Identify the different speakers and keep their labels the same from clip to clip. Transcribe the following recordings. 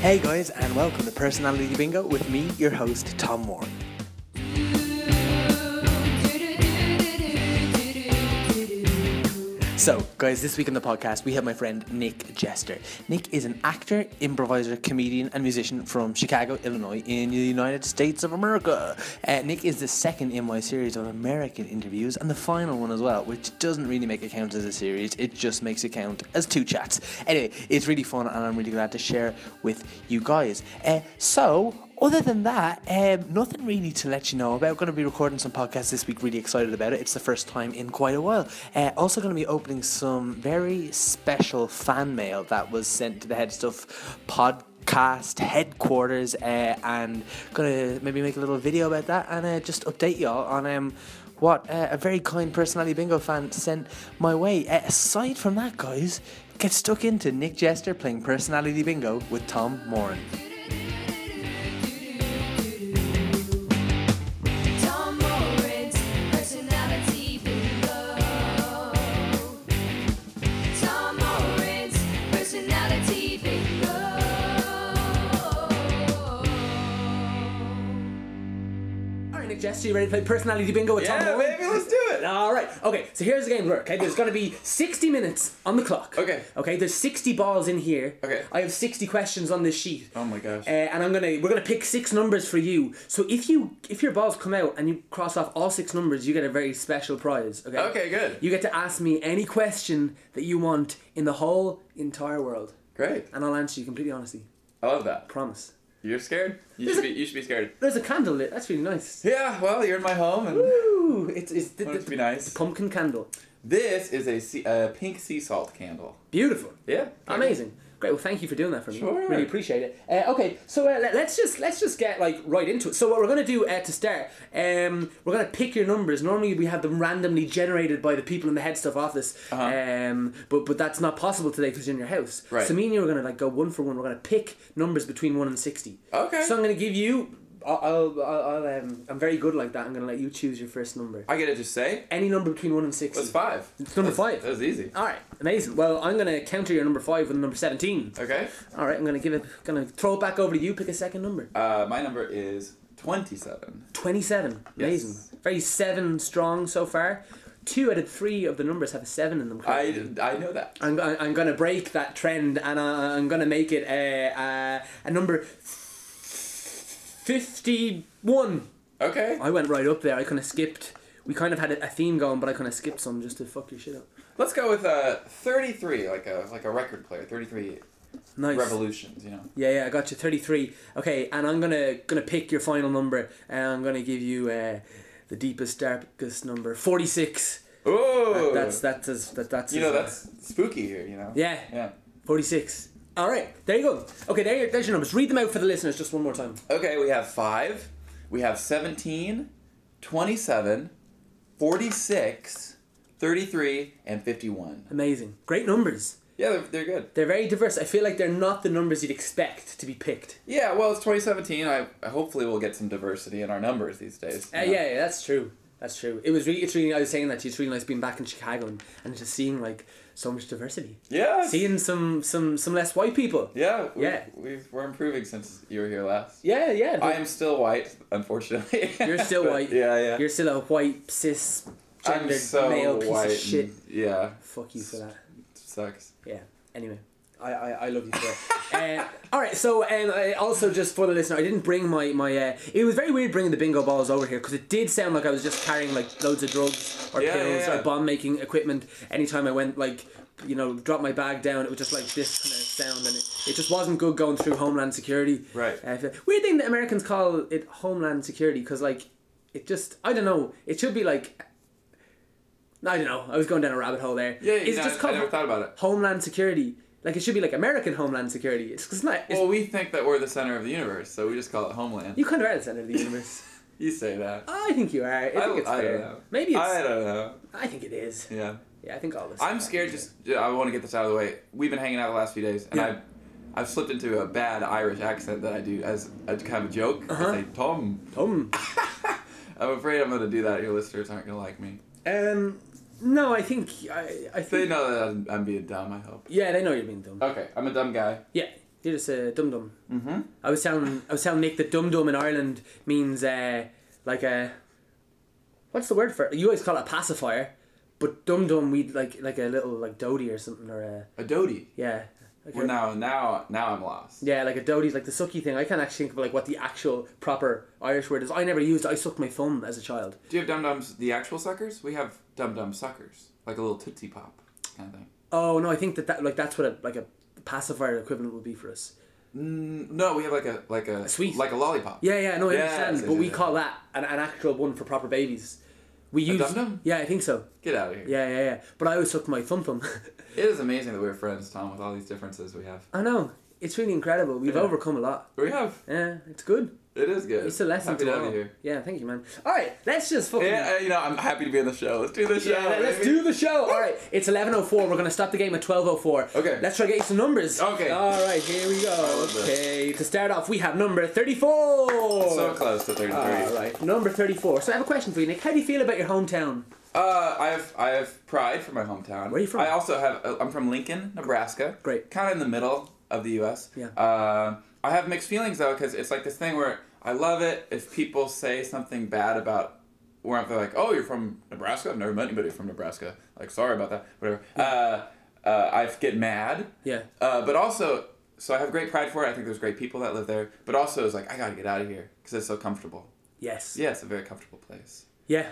Speaker 1: Hey guys, and welcome to Personality Bingo with me, your host, Tom Moore. So, guys, this week on the podcast, we have my friend Nick Jester. Nick is an actor, improviser, comedian, and musician from Chicago, Illinois, in the United States of America. Uh, Nick is the second in my series of American interviews and the final one as well, which doesn't really make it count as a series, it just makes it count as two chats. Anyway, it's really fun, and I'm really glad to share with you guys. Uh, so, other than that, um, nothing really to let you know about. going to be recording some podcasts this week. Really excited about it. It's the first time in quite a while. Uh, also going to be opening some very special fan mail that was sent to the Head Stuff podcast headquarters, uh, and going to maybe make a little video about that and uh, just update y'all on um, what uh, a very kind personality bingo fan sent my way. Uh, aside from that, guys, get stuck into Nick Jester playing personality bingo with Tom Moran.
Speaker 2: Tom Moran's personality bingo. Tom Moran's personality bingo.
Speaker 1: All right, Nick Jess, you ready to play personality bingo with Tom
Speaker 3: Yeah,
Speaker 1: Moran?
Speaker 3: baby, let's do it.
Speaker 1: All right. Okay. So here's the game work. Okay. There's gonna be 60 minutes on the clock.
Speaker 3: Okay.
Speaker 1: Okay. There's 60 balls in here.
Speaker 3: Okay.
Speaker 1: I have 60 questions on this sheet.
Speaker 3: Oh my gosh.
Speaker 1: Uh, and I'm gonna we're gonna pick six numbers for you. So if you if your balls come out and you cross off all six numbers, you get a very special prize. Okay.
Speaker 3: Okay, good.
Speaker 1: You get to ask me any question that you want in the whole entire world,
Speaker 3: Great.
Speaker 1: and I'll answer you completely honestly.
Speaker 3: I love that.
Speaker 1: Promise.
Speaker 3: You're scared? You should be you should be scared.
Speaker 1: There's a candle lit. That's really nice.
Speaker 3: Yeah, well, you're in my home and
Speaker 1: Ooh, it's it's the,
Speaker 3: wouldn't it
Speaker 1: the,
Speaker 3: be nice?
Speaker 1: pumpkin candle.
Speaker 3: This is a sea, uh, pink sea salt candle.
Speaker 1: Beautiful.
Speaker 3: Yeah.
Speaker 1: Amazing. Great. Well, thank you for doing that for me.
Speaker 3: Sure.
Speaker 1: Really appreciate it. Uh, okay, so uh, let, us just let's just get like right into it. So what we're gonna do uh, to start, um, we're gonna pick your numbers. Normally we have them randomly generated by the people in the head stuff office, um, but but that's not possible today because you're in your house.
Speaker 3: Uh-huh. Right.
Speaker 1: So me and you are gonna like go one for one. We're gonna pick numbers between one and sixty.
Speaker 3: Okay.
Speaker 1: So I'm gonna give you. I'll, I'll, I'll um, I'm very good like that. I'm gonna let you choose your first number.
Speaker 3: I get to just say?
Speaker 1: Any number between one and sixty.
Speaker 3: That's five. It's
Speaker 1: number five.
Speaker 3: That was easy.
Speaker 1: All right, amazing. Well, I'm gonna counter your number five with number seventeen.
Speaker 3: Okay.
Speaker 1: All right, I'm gonna give it. Gonna throw it back over to you. Pick a second number.
Speaker 3: Uh, my number is twenty-seven.
Speaker 1: Twenty-seven.
Speaker 3: Yes.
Speaker 1: Amazing. Very seven strong so far. Two out of three of the numbers have a seven in them. currently.
Speaker 3: I I know that.
Speaker 1: I'm, go- I'm gonna break that trend and I, I'm gonna make it a, a, a number fifty-one.
Speaker 3: Okay.
Speaker 1: I went right up there. I kind of skipped. We kind of had a, a theme going, but I kind of skipped some just to fuck your shit up.
Speaker 3: Let's go with uh, thirty-three, like a like a record player. Thirty-three
Speaker 1: Nice.
Speaker 3: revolutions. You know.
Speaker 1: Yeah, yeah, I got you. Thirty-three. Okay, and I'm gonna gonna pick your final number, and I'm gonna give you uh, the deepest, darkest number, forty-six.
Speaker 3: Ooh.
Speaker 1: That's that's as that, that's
Speaker 3: You
Speaker 1: as-
Speaker 3: know that's spooky here. You know.
Speaker 1: Yeah.
Speaker 3: Yeah.
Speaker 1: forty-six. All right, there you go. Okay, there you, there's your numbers. Read them out for the listeners just one more time.
Speaker 3: Okay, we have 5, we have 17, 27, 46, 33, and 51.
Speaker 1: Amazing, great numbers.
Speaker 3: Yeah, they're, they're good.
Speaker 1: They're very diverse. I feel like they're not the numbers you'd expect to be picked.
Speaker 3: Yeah, well, it's 2017. I I- hopefully we'll get some diversity in our numbers these days.
Speaker 1: Uh, yeah, yeah, that's true. That's true. It was really, it's really. I was saying that to you, it's really nice being back in Chicago and, and just seeing like so much diversity,
Speaker 3: Yeah.
Speaker 1: seeing some some some less white people.
Speaker 3: Yeah. We,
Speaker 1: Yeah.
Speaker 3: We've, we're improving since you were here last.
Speaker 1: Yeah, yeah.
Speaker 3: I am still white, unfortunately.
Speaker 1: You're still
Speaker 3: But-
Speaker 1: white.
Speaker 3: Yeah, yeah.
Speaker 1: You're still a white cis
Speaker 3: I'm
Speaker 1: gendered
Speaker 3: so
Speaker 1: male piece
Speaker 3: white.
Speaker 1: of shit.
Speaker 3: and- Yeah.
Speaker 1: Fuck you for that.
Speaker 3: Sucks.
Speaker 1: Yeah. Anyway. I, I, I love you for it. uh, all right, so um, I also just for the listener, I didn't bring my my. Uh, it was very weird bringing the bingo balls over here because it did sound like I was just carrying like loads of drugs or
Speaker 3: Yeah,
Speaker 1: pills
Speaker 3: yeah, yeah.
Speaker 1: or bomb making equipment. Anytime I went like you know drop my bag down, it was just like this kind of sound, and it, it just wasn't good going through Homeland Security.
Speaker 3: Right.
Speaker 1: Uh, weird thing that Americans call it Homeland Security because like it just I don't know it should be like. I don't know. I was going down a rabbit hole there.
Speaker 3: Yeah,
Speaker 1: it's
Speaker 3: no,
Speaker 1: just
Speaker 3: I, I
Speaker 1: called
Speaker 3: never thought about it.
Speaker 1: Homeland Security. Like it should be like American Homeland Security. It's, it's not. It's,
Speaker 3: Well, we think that we're the center of the universe, so we just call it Homeland.
Speaker 1: you kind of are the center of the universe.
Speaker 3: you say that.
Speaker 1: I think you are. I think it's
Speaker 3: I
Speaker 1: fair.
Speaker 3: don't know.
Speaker 1: Maybe it's.
Speaker 3: I
Speaker 1: I,
Speaker 3: don't know.
Speaker 1: think it is.
Speaker 3: Yeah.
Speaker 1: Yeah, I think all this.
Speaker 3: I'm scared. Just I want to get this out of the way. We've been hanging out the last few days, and
Speaker 1: Yeah.
Speaker 3: I've I've slipped into a bad Irish accent that I do as a kind of a joke.
Speaker 1: Uh-huh.
Speaker 3: I say Tom.
Speaker 1: Um.
Speaker 3: I'm afraid I'm gonna do that. Your listeners aren't gonna like me.
Speaker 1: Um. No, I think I. I
Speaker 3: They
Speaker 1: think.
Speaker 3: know that I'm, I'm being dumb. I hope.
Speaker 1: Yeah, they know you're being dumb.
Speaker 3: Okay, I'm a dumb guy.
Speaker 1: Yeah. You're just a dum dum. Mm-hmm. I was telling I was telling Nick that dum dum in Ireland means uh, like a what's the word for it? You always call it a pacifier, but dum dum we like like a little like dodie or something or a
Speaker 3: A dodie.
Speaker 1: yeah. Like
Speaker 3: Well,
Speaker 1: a-
Speaker 3: now, now, now I'm lost.
Speaker 1: yeah, like a dodie, like the sucky thing. I can't actually think of like what the actual proper Irish word is. I never used. it. I sucked my thumb as a child.
Speaker 3: Do you have dum dums? The actual suckers? We have dum dum suckers, like a little tootsie pop kind of thing.
Speaker 1: Oh no, I think that, that like that's what a like a pacifier equivalent would be for us.
Speaker 3: No, we have like a like a,
Speaker 1: sweet.
Speaker 3: like a lollipop.
Speaker 1: Yeah, yeah, no, I
Speaker 3: Yeah,
Speaker 1: understand.
Speaker 3: yeah,
Speaker 1: but we
Speaker 3: yeah,
Speaker 1: call that an, an actual one for proper babies. We use
Speaker 3: dum-dum?
Speaker 1: yeah, I think so.
Speaker 3: Get out of here.
Speaker 1: Yeah, yeah, yeah. But I always sucked my thumb thumb.
Speaker 3: It is amazing that we're friends, Tom, with all these differences we have.
Speaker 1: I know. It's really incredible. We've
Speaker 3: Yeah.
Speaker 1: overcome a lot.
Speaker 3: We have.
Speaker 1: Yeah, it's good.
Speaker 3: It is good.
Speaker 1: It's a lesson to
Speaker 3: happy to
Speaker 1: all.
Speaker 3: have you here.
Speaker 1: Yeah, thank you, man. All right, let's just fucking.
Speaker 3: Yeah, uh, you know, I'm happy to be on the show. Let's do the show.
Speaker 1: Yeah, let- let's
Speaker 3: baby.
Speaker 1: do the show. All right, it's eleven oh four. We're gonna stop the game at twelve oh four.
Speaker 3: Okay.
Speaker 1: Let's try to get you some numbers.
Speaker 3: Okay.
Speaker 1: All right, here we go.
Speaker 3: love this.
Speaker 1: Okay, to start off, we have number thirty-four.
Speaker 3: So close to 33.
Speaker 1: Ah, All right, number thirty-four. So I have a question for you, Nick. How do you feel about your hometown?
Speaker 3: Uh, I have I have pride for my hometown.
Speaker 1: Where are you from?
Speaker 3: I also have. uh, I'm from Lincoln, Nebraska.
Speaker 1: Great.
Speaker 3: Kind of in the middle of the U.S.
Speaker 1: Yeah.
Speaker 3: Uh, I have mixed feelings though, because it's like this thing where I love it if people say something bad about where I'm they're like, "Oh, you're from Nebraska. I've never met anybody from Nebraska. Like, sorry about that. Whatever." Uh, uh, I get mad.
Speaker 1: Yeah.
Speaker 3: Uh, but also, so I have great pride for it. I think there's great people that live there. But also, it's like I gotta get out of here because it's so comfortable.
Speaker 1: Yes.
Speaker 3: Yeah, it's a very comfortable place.
Speaker 1: Yeah.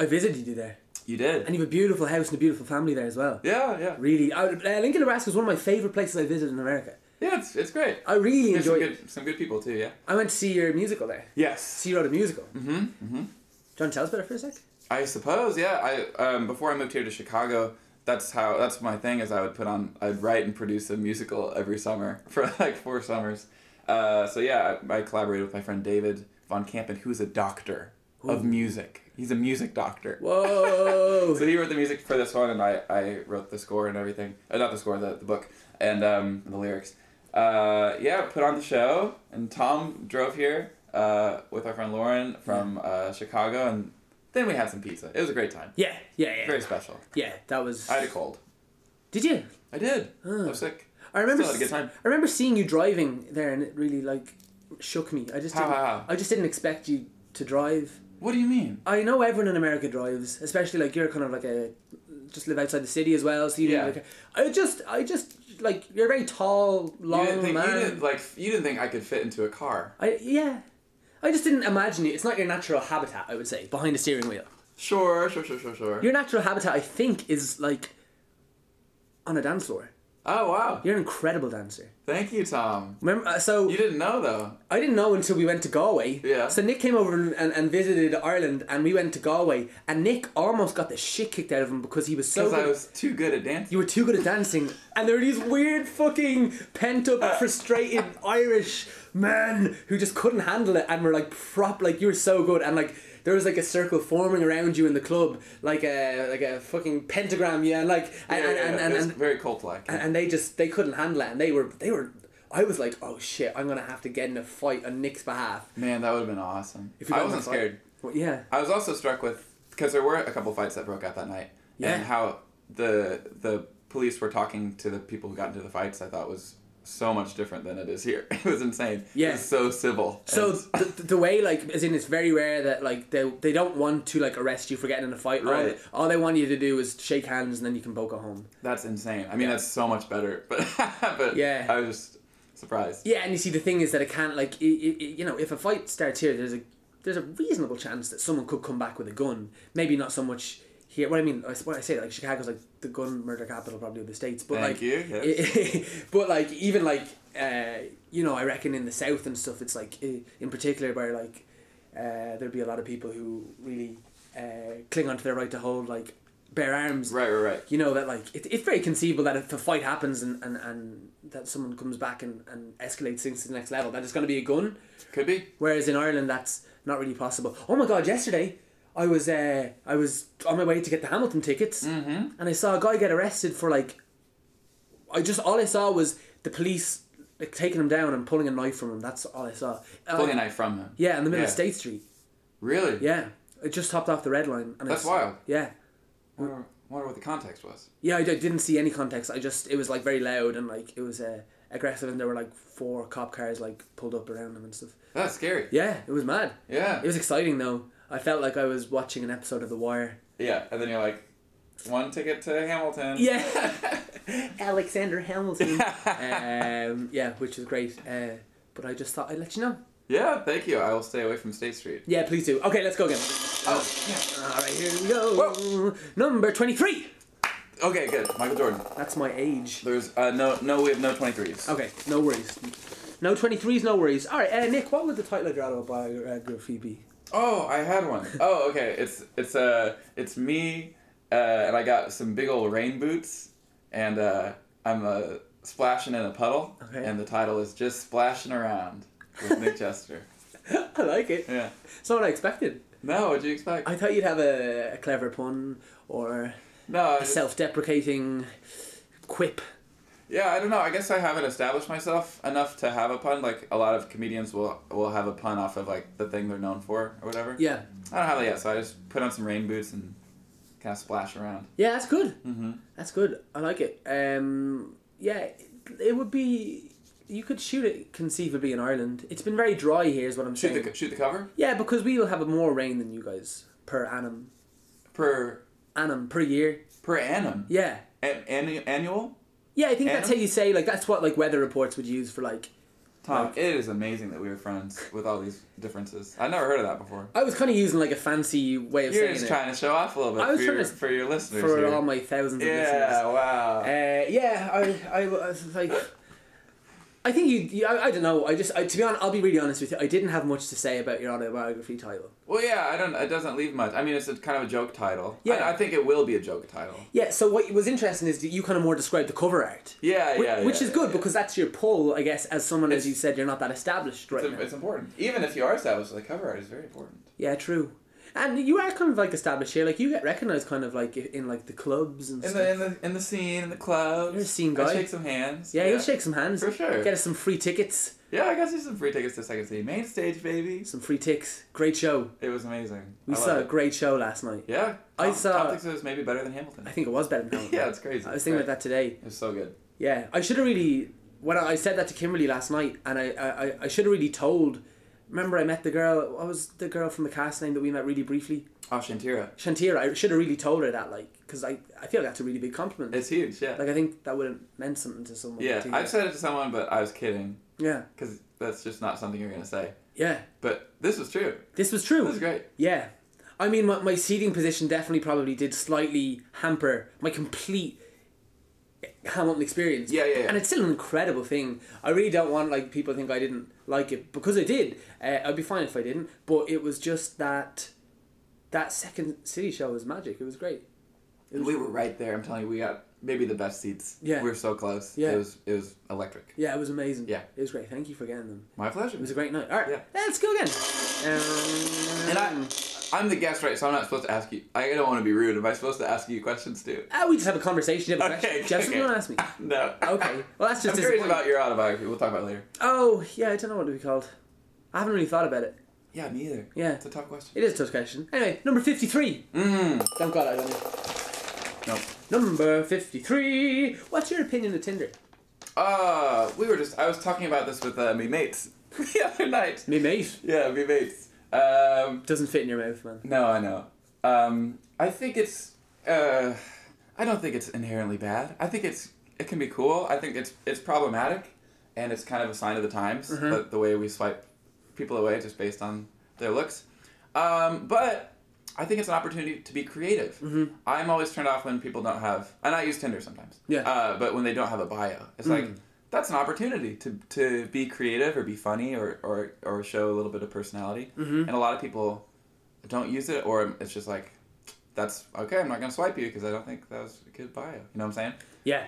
Speaker 1: I visited you there,
Speaker 3: You did.
Speaker 1: and you have a beautiful house and a beautiful family there as well.
Speaker 3: yeah, yeah.
Speaker 1: Really, I, would- uh, Lincoln, Nebraska is one of my favorite places I visited in America.
Speaker 3: Yeah, it's, it's great.
Speaker 1: I really
Speaker 3: There's some
Speaker 1: enjoyed. it.
Speaker 3: good, some good people too, yeah.
Speaker 1: I went to see your musical there.
Speaker 3: Yes.
Speaker 1: So you wrote a musical. Mm-hmm. Mm-hmm. Do you want to tell us about it for a sec?
Speaker 3: I suppose, yeah. I um, before I moved here to Chicago, that's how that's my thing. Is I would put on, I'd write and produce a musical every summer for like four summers. Uh, so yeah, I, I collaborated with my friend David von Kampen, who's a doctor of music. He's a music doctor.
Speaker 1: Whoa.
Speaker 3: So he wrote the music for this one, and I, I wrote the score and everything. Uh, not the score, the, the book and um, the lyrics. Uh, yeah, put on the show, and Tom drove here uh, with our friend Lauren from uh, Chicago, and then we had some pizza. It was a great time.
Speaker 1: yeah, yeah, yeah.
Speaker 3: Very special.
Speaker 1: Yeah, that was.
Speaker 3: I had a cold.
Speaker 1: Did you?
Speaker 3: I did. I was sick.
Speaker 1: I remember.
Speaker 3: Still had a good time.
Speaker 1: I remember seeing you driving there, and it really like shook me. I just
Speaker 3: How,
Speaker 1: didn't.
Speaker 3: how, how?
Speaker 1: I just didn't expect you to drive.
Speaker 3: What do you mean?
Speaker 1: I know everyone in America drives, especially like you're kind of like a just live outside the city as well. So you
Speaker 3: Yeah.
Speaker 1: yeah. like I just I just like you're a very tall, long
Speaker 3: You didn't think
Speaker 1: Oh, man.
Speaker 3: you didn't like you didn't think I could fit into a car.
Speaker 1: I yeah. I just didn't imagine it. It's not your natural habitat, I would say, behind a steering wheel.
Speaker 3: Sure, sure, sure, sure, sure.
Speaker 1: Your natural habitat, I think, is like on a dance floor.
Speaker 3: oh wow!
Speaker 1: You're an incredible dancer.
Speaker 3: Thank you, Tom.
Speaker 1: Remember, uh, so
Speaker 3: You didn't know though.
Speaker 1: I didn't know until we went to Galway.
Speaker 3: Yeah.
Speaker 1: So Nick came over and, and, and visited Ireland, and we went to Galway, and Nick almost got the shit kicked out of him because he was so.
Speaker 3: Because I
Speaker 1: good-
Speaker 3: was too good at dancing.
Speaker 1: You were too good at dancing, and there were these weird fucking pent
Speaker 3: Uh.
Speaker 1: up, frustrated Irish men who just couldn't handle it, and were like prop like you were so good, and like there was like a circle forming around you in the club, like a like a fucking pentagram, yeah, and like and
Speaker 3: Yeah, yeah,
Speaker 1: and
Speaker 3: yeah.
Speaker 1: and,
Speaker 3: It's
Speaker 1: and,
Speaker 3: very cult like.
Speaker 1: and, and they just they couldn't handle it, and they were they were. I was like, oh shit, I'm gonna have to get in a fight on Nick's behalf.
Speaker 3: Man, that would have been awesome.
Speaker 1: we
Speaker 3: I
Speaker 1: got in a
Speaker 3: wasn't
Speaker 1: fight.
Speaker 3: scared.
Speaker 1: Well, yeah,
Speaker 3: I was also struck with because there were a couple fights that broke out that night,
Speaker 1: Yeah.
Speaker 3: and how the the police were talking to the people who got into the fights. I thought was so much different than it is here. It was insane.
Speaker 1: Yeah.
Speaker 3: it was so civil.
Speaker 1: So
Speaker 3: And-
Speaker 1: the, the way like as in it's very rare that like they they don't want to like arrest you for getting in a fight. All-
Speaker 3: Right.
Speaker 1: All, they want you to do is shake hands and then you can both go home.
Speaker 3: that's insane. I mean, that's so much better. But but
Speaker 1: Yeah.
Speaker 3: I was just surprised.
Speaker 1: Yeah, and you see the thing is that it can't like i i i- you know if a fight starts here, there's a there's a reasonable chance that someone could come back with a gun. Maybe not so much here. What I mean, I s- what I say like Chicago's like the gun murder capital probably of the states, but
Speaker 3: Thank
Speaker 1: like
Speaker 3: you, yes.
Speaker 1: but like even like uh, you know I reckon in the south and stuff it's like i- in particular where like uh, there'd be a lot of people who really uh, cling onto their right to hold like bare arms
Speaker 3: Right, right, right.
Speaker 1: you know that like it, it's very conceivable that if a fight happens and, and, and that someone comes back and, and escalates things to the next level that it's going to be a gun
Speaker 3: Could be.
Speaker 1: whereas in Ireland that's not really possible oh my god yesterday I was uh, I was on my way to get the Hamilton tickets
Speaker 3: Mm-hmm.
Speaker 1: and I saw a guy get arrested for like I just all I saw was the police like taking him down and pulling a knife from him that's all I saw Uh,
Speaker 3: Pulling a knife from him.
Speaker 1: yeah in the middle of
Speaker 3: Yeah.
Speaker 1: State Street
Speaker 3: Really?
Speaker 1: yeah I just hopped off the red line and I
Speaker 3: That's
Speaker 1: saw-
Speaker 3: wild.
Speaker 1: yeah
Speaker 3: Wonder, wonder what the context was.
Speaker 1: Yeah, I d- didn't see any context. I just it was like very loud and like it was uh, aggressive, and there were like four cop cars like pulled up around them and stuff.
Speaker 3: That's scary.
Speaker 1: Yeah, it was mad.
Speaker 3: Yeah.
Speaker 1: It was exciting though. I felt like I was watching an episode of The Wire.
Speaker 3: Yeah, and then you're like, one ticket to Hamilton.
Speaker 1: Yeah. Alexander Hamilton. um, yeah, which was great. Uh, but I just thought I'd let you know.
Speaker 3: Yeah, thank you. I will stay away from State Street.
Speaker 1: Yeah, please do. Okay, let's go again.
Speaker 3: Oh, yeah.
Speaker 1: All right, here we go. Number 23.
Speaker 3: Okay, good. Michael Jordan.
Speaker 1: That's my age.
Speaker 3: There's uh, no, no, we have no 23s.
Speaker 1: Okay, no worries. No 23s, no worries. All right, uh, Nick, what would the title of your autobiography be?
Speaker 3: Oh, I had one. Oh, okay. It's it's uh it's me, uh, and I got some big old rain boots, and uh, I'm uh, splashing in a puddle,
Speaker 1: Okay.
Speaker 3: and the title is just splashing around with Nick Chester.
Speaker 1: I like it.
Speaker 3: Yeah.
Speaker 1: It's not what I expected.
Speaker 3: No, what'd you expect?
Speaker 1: I thought you'd have a, a clever pun or
Speaker 3: no. I
Speaker 1: a
Speaker 3: just-
Speaker 1: self deprecating quip.
Speaker 3: Yeah, I don't know. I guess I haven't established myself enough to have a pun. Like a lot of comedians will will have a pun off of like the thing they're known for or whatever.
Speaker 1: Yeah.
Speaker 3: I don't have that yet, so I just put on some rain boots and kind of splash around.
Speaker 1: Yeah, that's good. Mm-hmm. That's good. I like it. Um, yeah, it, it would be. You could shoot it conceivably in Ireland. It's been very dry here, is what I'm
Speaker 3: Shoot
Speaker 1: saying.
Speaker 3: the shoot the cover
Speaker 1: yeah, because we will have more rain than you guys per annum,
Speaker 3: per
Speaker 1: annum per year.
Speaker 3: per annum.
Speaker 1: Yeah,
Speaker 3: An- annu- annual.
Speaker 1: yeah. I think that's how
Speaker 3: Annum?
Speaker 1: you say like that's what like weather reports would use for like.
Speaker 3: Tom,
Speaker 1: Like-
Speaker 3: it is amazing that we were friends with all these differences. I never heard of that before.
Speaker 1: I was kind of using like a fancy way of
Speaker 3: You're
Speaker 1: saying
Speaker 3: just
Speaker 1: it
Speaker 3: trying to show off a little bit
Speaker 1: I was
Speaker 3: for, your,
Speaker 1: trying to-
Speaker 3: for your listeners.
Speaker 1: for
Speaker 3: here.
Speaker 1: all my thousands of listeners.
Speaker 3: yeah, wow.
Speaker 1: Uh, yeah, I, I was like, I think you, you I, I don't know. I just, I, to be honest, I'll be really honest with you. I didn't have much to say about your autobiography title.
Speaker 3: well, yeah, I don't. It doesn't leave much. I mean, it's a kind of a joke title.
Speaker 1: Yeah.
Speaker 3: I, I think it will be a joke title.
Speaker 1: Yeah. So what was interesting is that you kind of more described the cover art.
Speaker 3: Yeah,
Speaker 1: Whi-
Speaker 3: yeah.
Speaker 1: Which
Speaker 3: yeah,
Speaker 1: is good
Speaker 3: yeah.
Speaker 1: because that's your pull, I guess, as someone, as
Speaker 3: It's-
Speaker 1: you said, you're not that established right
Speaker 3: It's,
Speaker 1: now.
Speaker 3: it's important. Even if you are established, the cover art is very important.
Speaker 1: Yeah, true. And you are kind of like established here. Like you get recognized, kind of like in like the clubs and
Speaker 3: In
Speaker 1: stuff.
Speaker 3: the in the in the scene, in the clubs.
Speaker 1: You're a scene
Speaker 3: I
Speaker 1: guy.
Speaker 3: shake some hands.
Speaker 1: yeah, you'll shake some hands.
Speaker 3: For sure.
Speaker 1: Get us some free tickets,
Speaker 3: Yeah, I got you some free tickets to second scene. Main stage, baby.
Speaker 1: some free ticks. Great show.
Speaker 3: It was amazing.
Speaker 1: We
Speaker 3: I love
Speaker 1: saw a
Speaker 3: it.
Speaker 1: great show last night.
Speaker 3: Yeah.
Speaker 1: I
Speaker 3: Tom-
Speaker 1: saw-
Speaker 3: Tom thinks it was maybe better than Hamilton.
Speaker 1: I think it was better than Hamilton.
Speaker 3: yeah, it's crazy.
Speaker 1: I was thinking about that today.
Speaker 3: It was so good.
Speaker 1: Yeah, I should have really. When I I said that to Kimberly last night, and I, I, I- I should have really told. Remember, I met the girl. What was the girl from the cast name that we met really briefly?
Speaker 3: Oh, Shantira.
Speaker 1: Shantira. I should have really told her that, like, because I, I feel that's a really big compliment.
Speaker 3: It's huge, yeah.
Speaker 1: like, I think that would have meant something to someone.
Speaker 3: yeah,
Speaker 1: to hear.
Speaker 3: I've said it to someone, but I was kidding.
Speaker 1: yeah,
Speaker 3: Because that's just not something you're going to say.
Speaker 1: yeah.
Speaker 3: But this was true.
Speaker 1: This was true.
Speaker 3: This was great.
Speaker 1: Yeah. I mean, my, my seating position definitely probably did slightly hamper my complete Hamilton experience.
Speaker 3: Yeah, yeah, yeah.
Speaker 1: And it's still an incredible thing. I really don't want like people think I didn't like it because I did. Uh, I'd be fine if I didn't. But it was just that that second city show was magic. It was great.
Speaker 3: And we were right there. I'm telling you, we got maybe the best seats.
Speaker 1: Yeah.
Speaker 3: We were so close.
Speaker 1: Yeah.
Speaker 3: It was, it was electric.
Speaker 1: Yeah, it was amazing.
Speaker 3: Yeah.
Speaker 1: it was great. Thank you for getting them.
Speaker 3: My pleasure.
Speaker 1: It was a great night. All right,
Speaker 3: Yeah.
Speaker 1: let's go again. Um,
Speaker 3: And I, I'm the guest, right? So I'm not supposed to ask you. I don't want to be rude. Am I supposed to ask you questions too?
Speaker 1: Ah, we just have a conversation. You have a
Speaker 3: Okay,
Speaker 1: question. Do you have
Speaker 3: okay.
Speaker 1: something you want to ask me?
Speaker 3: No.
Speaker 1: Okay. Well, that's just
Speaker 3: I'm curious
Speaker 1: disappointing.
Speaker 3: about your autobiography. We'll talk about it later.
Speaker 1: Oh, yeah, I don't know what it'd be called. I haven't really thought about it.
Speaker 3: Yeah, me either.
Speaker 1: Yeah.
Speaker 3: It's a tough question.
Speaker 1: It is a tough question. Anyway, number 53.
Speaker 3: Mmm.
Speaker 1: Thank God I don't know.
Speaker 3: No.
Speaker 1: Number 53. What's your opinion of Tinder?
Speaker 3: Uh, we were just. I was talking about this with uh, me mates the other night.
Speaker 1: Me mate.
Speaker 3: Yeah, me mates. Um,
Speaker 1: Doesn't fit in your mouth, man.
Speaker 3: no, I know. Um, I think it's. Uh, I don't think it's inherently bad. I think it's. It can be cool. I think it's. It's problematic, and it's kind of a sign of the times that the way we swipe people away just based on their looks. Um, but I think it's an opportunity to be creative. I'm always turned off when people don't have, and I use Tinder sometimes.
Speaker 1: Yeah.
Speaker 3: Uh, but when they don't have a bio, it's like
Speaker 1: Mm.
Speaker 3: that's an opportunity to, to be creative or be funny or, or, or show a little bit of personality.
Speaker 1: Mm-hmm.
Speaker 3: And a lot of people don't use it, or it's just like, that's okay. I'm not gonna swipe you because I don't think that was a good bio. You know what I'm saying?
Speaker 1: Yeah.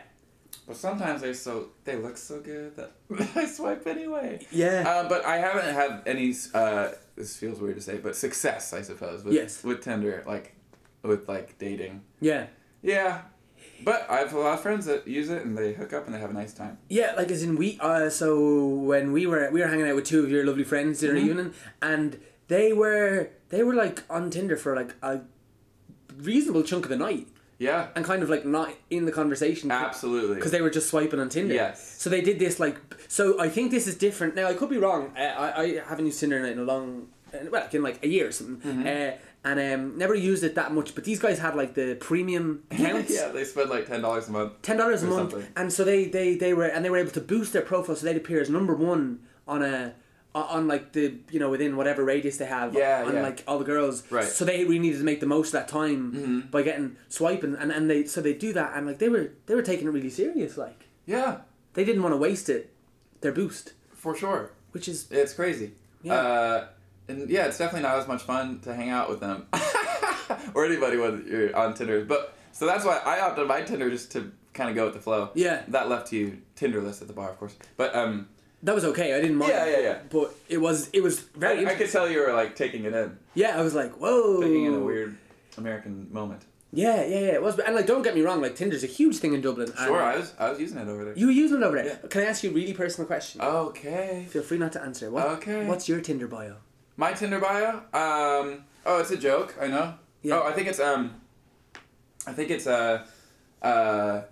Speaker 3: But sometimes they so they look so good that I swipe anyway.
Speaker 1: Yeah.
Speaker 3: Uh, but I haven't had any. Uh, this feels weird to say, but success, I suppose. With,
Speaker 1: Yes.
Speaker 3: With Tinder, like, with like dating.
Speaker 1: yeah.
Speaker 3: Yeah. But I have a lot of friends that use it and they hook up and they have a nice time.
Speaker 1: Yeah, like as in we uh so when we were we were hanging out with two of your lovely friends the other evening and they were they were like on Tinder for like a reasonable chunk of the night.
Speaker 3: Yeah.
Speaker 1: and kind of like not in the conversation.
Speaker 3: Absolutely.
Speaker 1: Because they were just swiping on Tinder.
Speaker 3: Yes.
Speaker 1: So they did this like. So I think this is different. Now I could be wrong. Uh, I, I haven't used Tinder in, in a long, uh, well, like, in like a year or something.
Speaker 3: Mm-hmm.
Speaker 1: Uh, and um, never used it that much. But these guys had like the premium accounts.
Speaker 3: yeah, they spend like ten dollars a month.
Speaker 1: ten dollars a
Speaker 3: or
Speaker 1: month,
Speaker 3: something.
Speaker 1: and so they, they they were and they were able to boost their profile, so they'd appear as number one on a on- on like the you know within whatever radius they have
Speaker 3: Yeah,
Speaker 1: on
Speaker 3: yeah.
Speaker 1: like all the girls
Speaker 3: Right. Mm-hmm.
Speaker 1: so they really needed to make the most of that time by getting swiping and, and they so they do that and like they were they were taking it really serious like
Speaker 3: Yeah,
Speaker 1: they didn't want to waste it their boost
Speaker 3: for sure.
Speaker 1: which is
Speaker 3: It's crazy.
Speaker 1: Yeah.
Speaker 3: Uh, and yeah, it's definitely not as much fun to hang out with them or anybody when you're on Tinder. But so that's why I opted my Tinder just to kind of go with the flow.
Speaker 1: Yeah.
Speaker 3: That left you Tinderless at the bar, of course. But um,
Speaker 1: that was okay I didn't mind
Speaker 3: Yeah, yeah, yeah.
Speaker 1: but it was it was very
Speaker 3: I, I could
Speaker 1: interesting.
Speaker 3: tell you were like taking it in,
Speaker 1: yeah I was like whoa
Speaker 3: taking in a weird American moment.
Speaker 1: yeah yeah yeah it was and like don't get me wrong like Tinder's a huge thing in Dublin and-
Speaker 3: Sure, I was I was using it over there.
Speaker 1: You were using it over there.
Speaker 3: Yeah.
Speaker 1: Can I ask you a really personal question?
Speaker 3: okay.
Speaker 1: Feel free not to answer. What,
Speaker 3: Okay.
Speaker 1: What's your Tinder bio?
Speaker 3: My Tinder bio? Um, oh, it's a joke. I know.
Speaker 1: Yeah.
Speaker 3: Oh, I think it's um, I think it's uh, uh,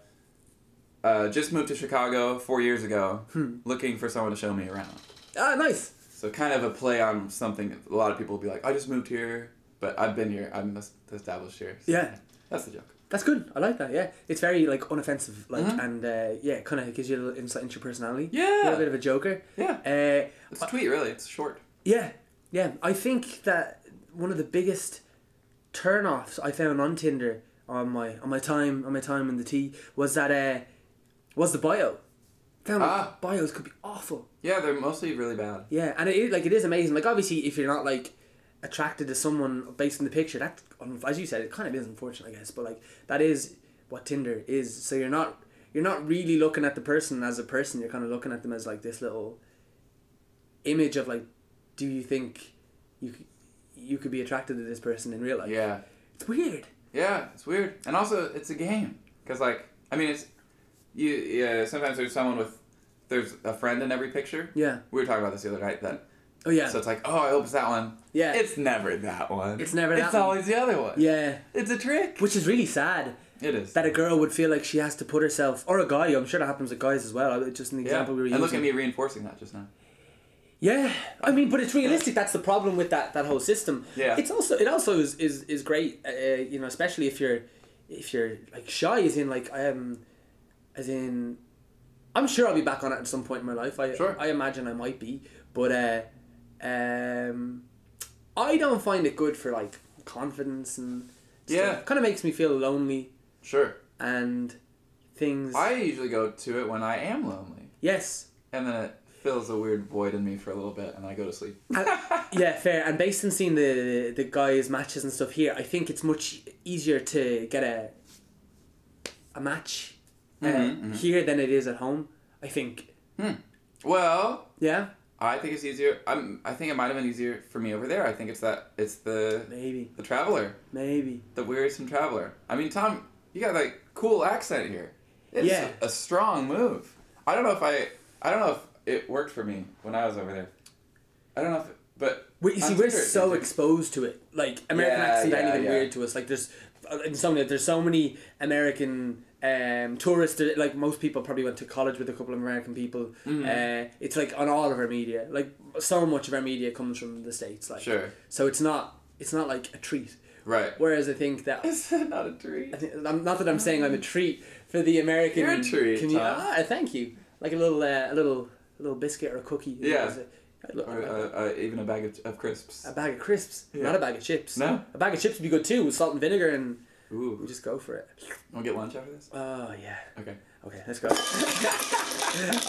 Speaker 3: uh, just moved to Chicago four years ago,
Speaker 1: Hmm.
Speaker 3: looking for someone to show me around.
Speaker 1: Ah, nice.
Speaker 3: So kind of a play on something. that A lot of people will be like, I just moved here, but I've been here. I'm es- established here. So
Speaker 1: Yeah.
Speaker 3: That's the joke.
Speaker 1: That's good. I like that. Yeah, it's very like unoffensive, like and uh, yeah, kind of gives you a little insight into your personality.
Speaker 3: Mm-hmm. Yeah.
Speaker 1: You're a bit of a joker.
Speaker 3: Yeah.
Speaker 1: Uh,
Speaker 3: It's a tweet, really. It's short.
Speaker 1: Yeah, yeah. I think that one of the biggest turn-offs I found on Tinder on my on my time on my time in the T was that uh, was the bio. Found like,
Speaker 3: Ah.
Speaker 1: bios could be awful.
Speaker 3: Yeah, they're mostly really bad.
Speaker 1: Yeah, and it is, like it is amazing. Like obviously, if you're not like attracted to someone based on the picture, that as you said, it kind of is unfortunate, I guess. But like that is what Tinder is. So you're not you're not really looking at the person as a person. You're kind of looking at them as like this little image of like, do you think you c- you could be attracted to this person in real life?
Speaker 3: Yeah.
Speaker 1: it's weird.
Speaker 3: Yeah, it's weird, and also it's a game because like I mean it's you yeah sometimes there's someone with there's a friend in every picture.
Speaker 1: Yeah.
Speaker 3: we were talking about this the other night that
Speaker 1: Oh yeah,
Speaker 3: so it's like oh I hope it's that one.
Speaker 1: Yeah.
Speaker 3: it's never that one.
Speaker 1: It's never
Speaker 3: It's
Speaker 1: that one.
Speaker 3: always the other one.
Speaker 1: yeah,
Speaker 3: it's a trick.
Speaker 1: which is really sad.
Speaker 3: It is.
Speaker 1: That a girl would feel like she has to put herself, or a guy. I'm sure that happens with guys as well. I- Just an
Speaker 3: yeah.
Speaker 1: example we were
Speaker 3: and
Speaker 1: using.
Speaker 3: look at me reinforcing that just now.
Speaker 1: Yeah, I mean, but it's realistic. That's the problem with that that whole system.
Speaker 3: Yeah.
Speaker 1: it's also it also is is is great. Uh, you know, especially if you're if you're like shy, as in like um, as in, I'm sure I'll be back on it at some point in my life. I
Speaker 3: Sure.
Speaker 1: I imagine I might be, but uh, um, I don't find it good for like confidence and
Speaker 3: Yeah.
Speaker 1: Kind of makes me feel lonely
Speaker 3: Sure,
Speaker 1: and things.
Speaker 3: I usually go to it when I am lonely,
Speaker 1: yes.
Speaker 3: and then it fills a weird void in me for a little bit, and I go to sleep.
Speaker 1: Yeah, fair. And based on seeing the the guys' matches and stuff here, I think it's much easier to get a a match uh,
Speaker 3: Mm-hmm,
Speaker 1: here than it is at home. I think.
Speaker 3: Hmm. Well,
Speaker 1: Yeah,
Speaker 3: I think it's easier. I'm, I think it might have been easier for me over there. I think it's that it's the
Speaker 1: maybe,
Speaker 3: the traveler.
Speaker 1: maybe.
Speaker 3: the wearisome traveler. I mean, Tom, you got like cool accent here. It's
Speaker 1: Yeah.
Speaker 3: a, strong move. I don't know if I, I don't know if it worked for me when I was over there. I don't know if, it, but
Speaker 1: We, you see,
Speaker 3: I'm
Speaker 1: we're
Speaker 3: sure it
Speaker 1: so
Speaker 3: did.
Speaker 1: exposed to it. Like American
Speaker 3: Yeah,
Speaker 1: accents accent,
Speaker 3: yeah,
Speaker 1: anything
Speaker 3: yeah.
Speaker 1: weird to us. Like there's uh, in so many, there's so many American um, tourists. that- Like most people probably went to college with a couple of American people.
Speaker 3: Mm-hmm.
Speaker 1: Uh, it's like on all of our media. Like so much of our media comes from the states. Like
Speaker 3: Sure.
Speaker 1: so, it's not it's not like a treat.
Speaker 3: right.
Speaker 1: Whereas I think that
Speaker 3: It's not a treat.
Speaker 1: I think, I'm- not that I'm saying I'm a treat for the American
Speaker 3: You're a treat,
Speaker 1: commu-
Speaker 3: Tom.
Speaker 1: Ah, thank you. Like a little uh, a little a little biscuit or a cookie.
Speaker 3: Yeah.
Speaker 1: Is it- I look-
Speaker 3: Or uh, uh, even a bag of, of crisps.
Speaker 1: a bag of crisps, not a bag of chips.
Speaker 3: No.
Speaker 1: A bag of chips would be good too with salt and vinegar, and we
Speaker 3: Ooh,
Speaker 1: just go for it.
Speaker 3: want to get lunch after this?
Speaker 1: Oh yeah.
Speaker 3: Okay.
Speaker 1: Okay, let's go.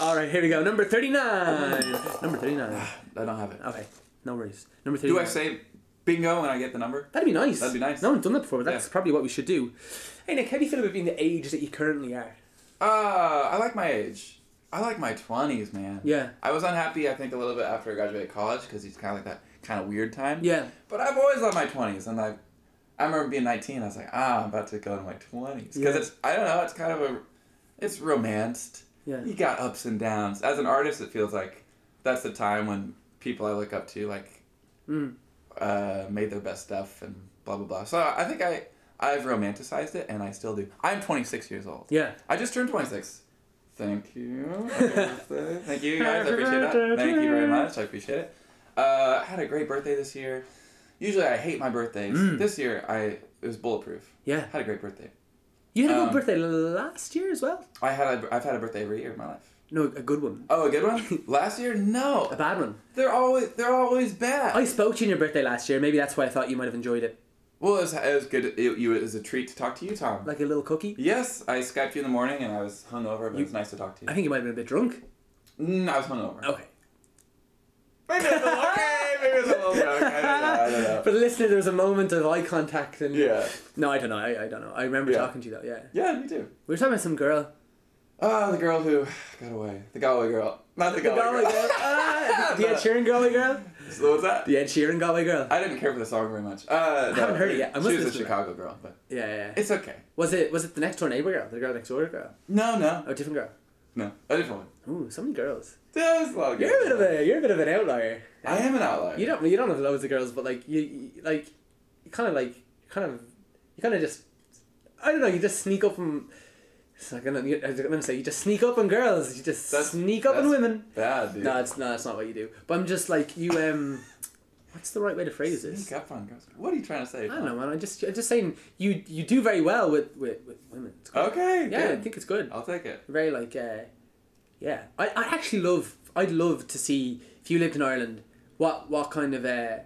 Speaker 1: All right, here we go. Number thirty-nine. Number thirty-nine.
Speaker 3: I don't have it.
Speaker 1: Okay, no worries. Number
Speaker 3: Do
Speaker 1: thirty-nine.
Speaker 3: I say bingo when I get the number?
Speaker 1: That'd be nice.
Speaker 3: That'd be nice.
Speaker 1: No one's done that before. But that's
Speaker 3: Yeah.
Speaker 1: probably what we should do. Hey Nick, how do you feel about being the age that you currently are?
Speaker 3: Uh, I like my age. I like my twenties, man.
Speaker 1: Yeah.
Speaker 3: I was unhappy, I think, a little bit after I graduated college because it's kind of like that kind of weird time.
Speaker 1: Yeah.
Speaker 3: But I've always loved my twenties, and I, I remember being nineteen. I was like, ah, I'm about to go to my twenties
Speaker 1: Yeah.
Speaker 3: because it's I don't know, it's kind of a, it's romanced.
Speaker 1: Yeah.
Speaker 3: You got ups and downs. As an artist, it feels like that's the time when people I look up
Speaker 1: Mm.
Speaker 3: to like, uh, made their best stuff and blah blah blah. So I think I I've romanticized it, and I still do. I'm 26 years old.
Speaker 1: Yeah.
Speaker 3: I just turned 26. Thank you. Thank you guys. I appreciate that. Thank you very much. I appreciate it. Uh, I had a great birthday this year. Usually I hate my birthdays.
Speaker 1: Mm.
Speaker 3: This year I it was bulletproof.
Speaker 1: Yeah.
Speaker 3: Had a great birthday.
Speaker 1: You had a good
Speaker 3: Um,
Speaker 1: birthday last year as well.
Speaker 3: I had a, I've had a birthday every year of my life.
Speaker 1: No, a good one.
Speaker 3: Oh, a good one. Last year,
Speaker 1: A
Speaker 3: no.
Speaker 1: bad one.
Speaker 3: They're always they're always bad.
Speaker 1: I spoke to you on your birthday last year. Maybe that's why I thought you might have enjoyed it.
Speaker 3: well, it was, it was good. It, you it was a treat to talk to you, Tom.
Speaker 1: Like a little cookie.
Speaker 3: yes, I skyped you in the morning and I was hungover, but it was nice to talk to
Speaker 1: I Oh.
Speaker 3: you.
Speaker 1: think you might have been a bit drunk.
Speaker 3: Mm, I was hungover.
Speaker 1: Okay.
Speaker 3: Maybe it's a little okay. Maybe it's a little okay. I don't know. I don't know.
Speaker 1: For the listener, there was a moment of eye contact and.
Speaker 3: Yeah.
Speaker 1: No, I don't know. I, I don't know. I remember
Speaker 3: Yeah.
Speaker 1: talking to you though. Yeah.
Speaker 3: Yeah, me too.
Speaker 1: We were talking about some girl.
Speaker 3: Ah, the girl who got away. The Galway girl. Not the,
Speaker 1: The
Speaker 3: Galway,
Speaker 1: Galway
Speaker 3: girl.
Speaker 1: girl. Ah, the Ed Sheeran Galway girl.
Speaker 3: So what's that?
Speaker 1: The Ed Sheeran Galway girl.
Speaker 3: I didn't care for the song very much. Uh,
Speaker 1: haven't
Speaker 3: no,
Speaker 1: heard it yet. I must
Speaker 3: she was a
Speaker 1: listen to that.
Speaker 3: Chicago girl, but
Speaker 1: Yeah, yeah. yeah.
Speaker 3: it's okay.
Speaker 1: Was it was it the next door neighbor girl? The girl next door girl?
Speaker 3: No, no,
Speaker 1: Oh, different girl.
Speaker 3: no. I just want.
Speaker 1: Ooh, so many girls.
Speaker 3: There's a lot of
Speaker 1: You're a bit of
Speaker 3: girls.
Speaker 1: a you're a bit of an outlier.
Speaker 3: I am an outlier.
Speaker 1: You don't you don't have loads of girls, but like you, you like you kind of like kind of you kind of just I don't know. You just sneak up on. It's not gonna. I was gonna say you just sneak up on girls. You just
Speaker 3: That's-
Speaker 1: sneak up on
Speaker 3: that's-
Speaker 1: women.
Speaker 3: Bad dude.
Speaker 1: No, it's no, that's not what you do. But I'm just like you. Um, what's the right way to phrase this?
Speaker 3: Sneak up on girls. What are you trying to say?
Speaker 1: I don't know, man. I just I'm just saying you you do very well with with, with women. It's good.
Speaker 3: Okay.
Speaker 1: Yeah,
Speaker 3: good.
Speaker 1: I think it's good.
Speaker 3: I'll take it.
Speaker 1: Very like uh, yeah. I, I actually love. I'd love to see if you lived in Ireland. What what kind of uh,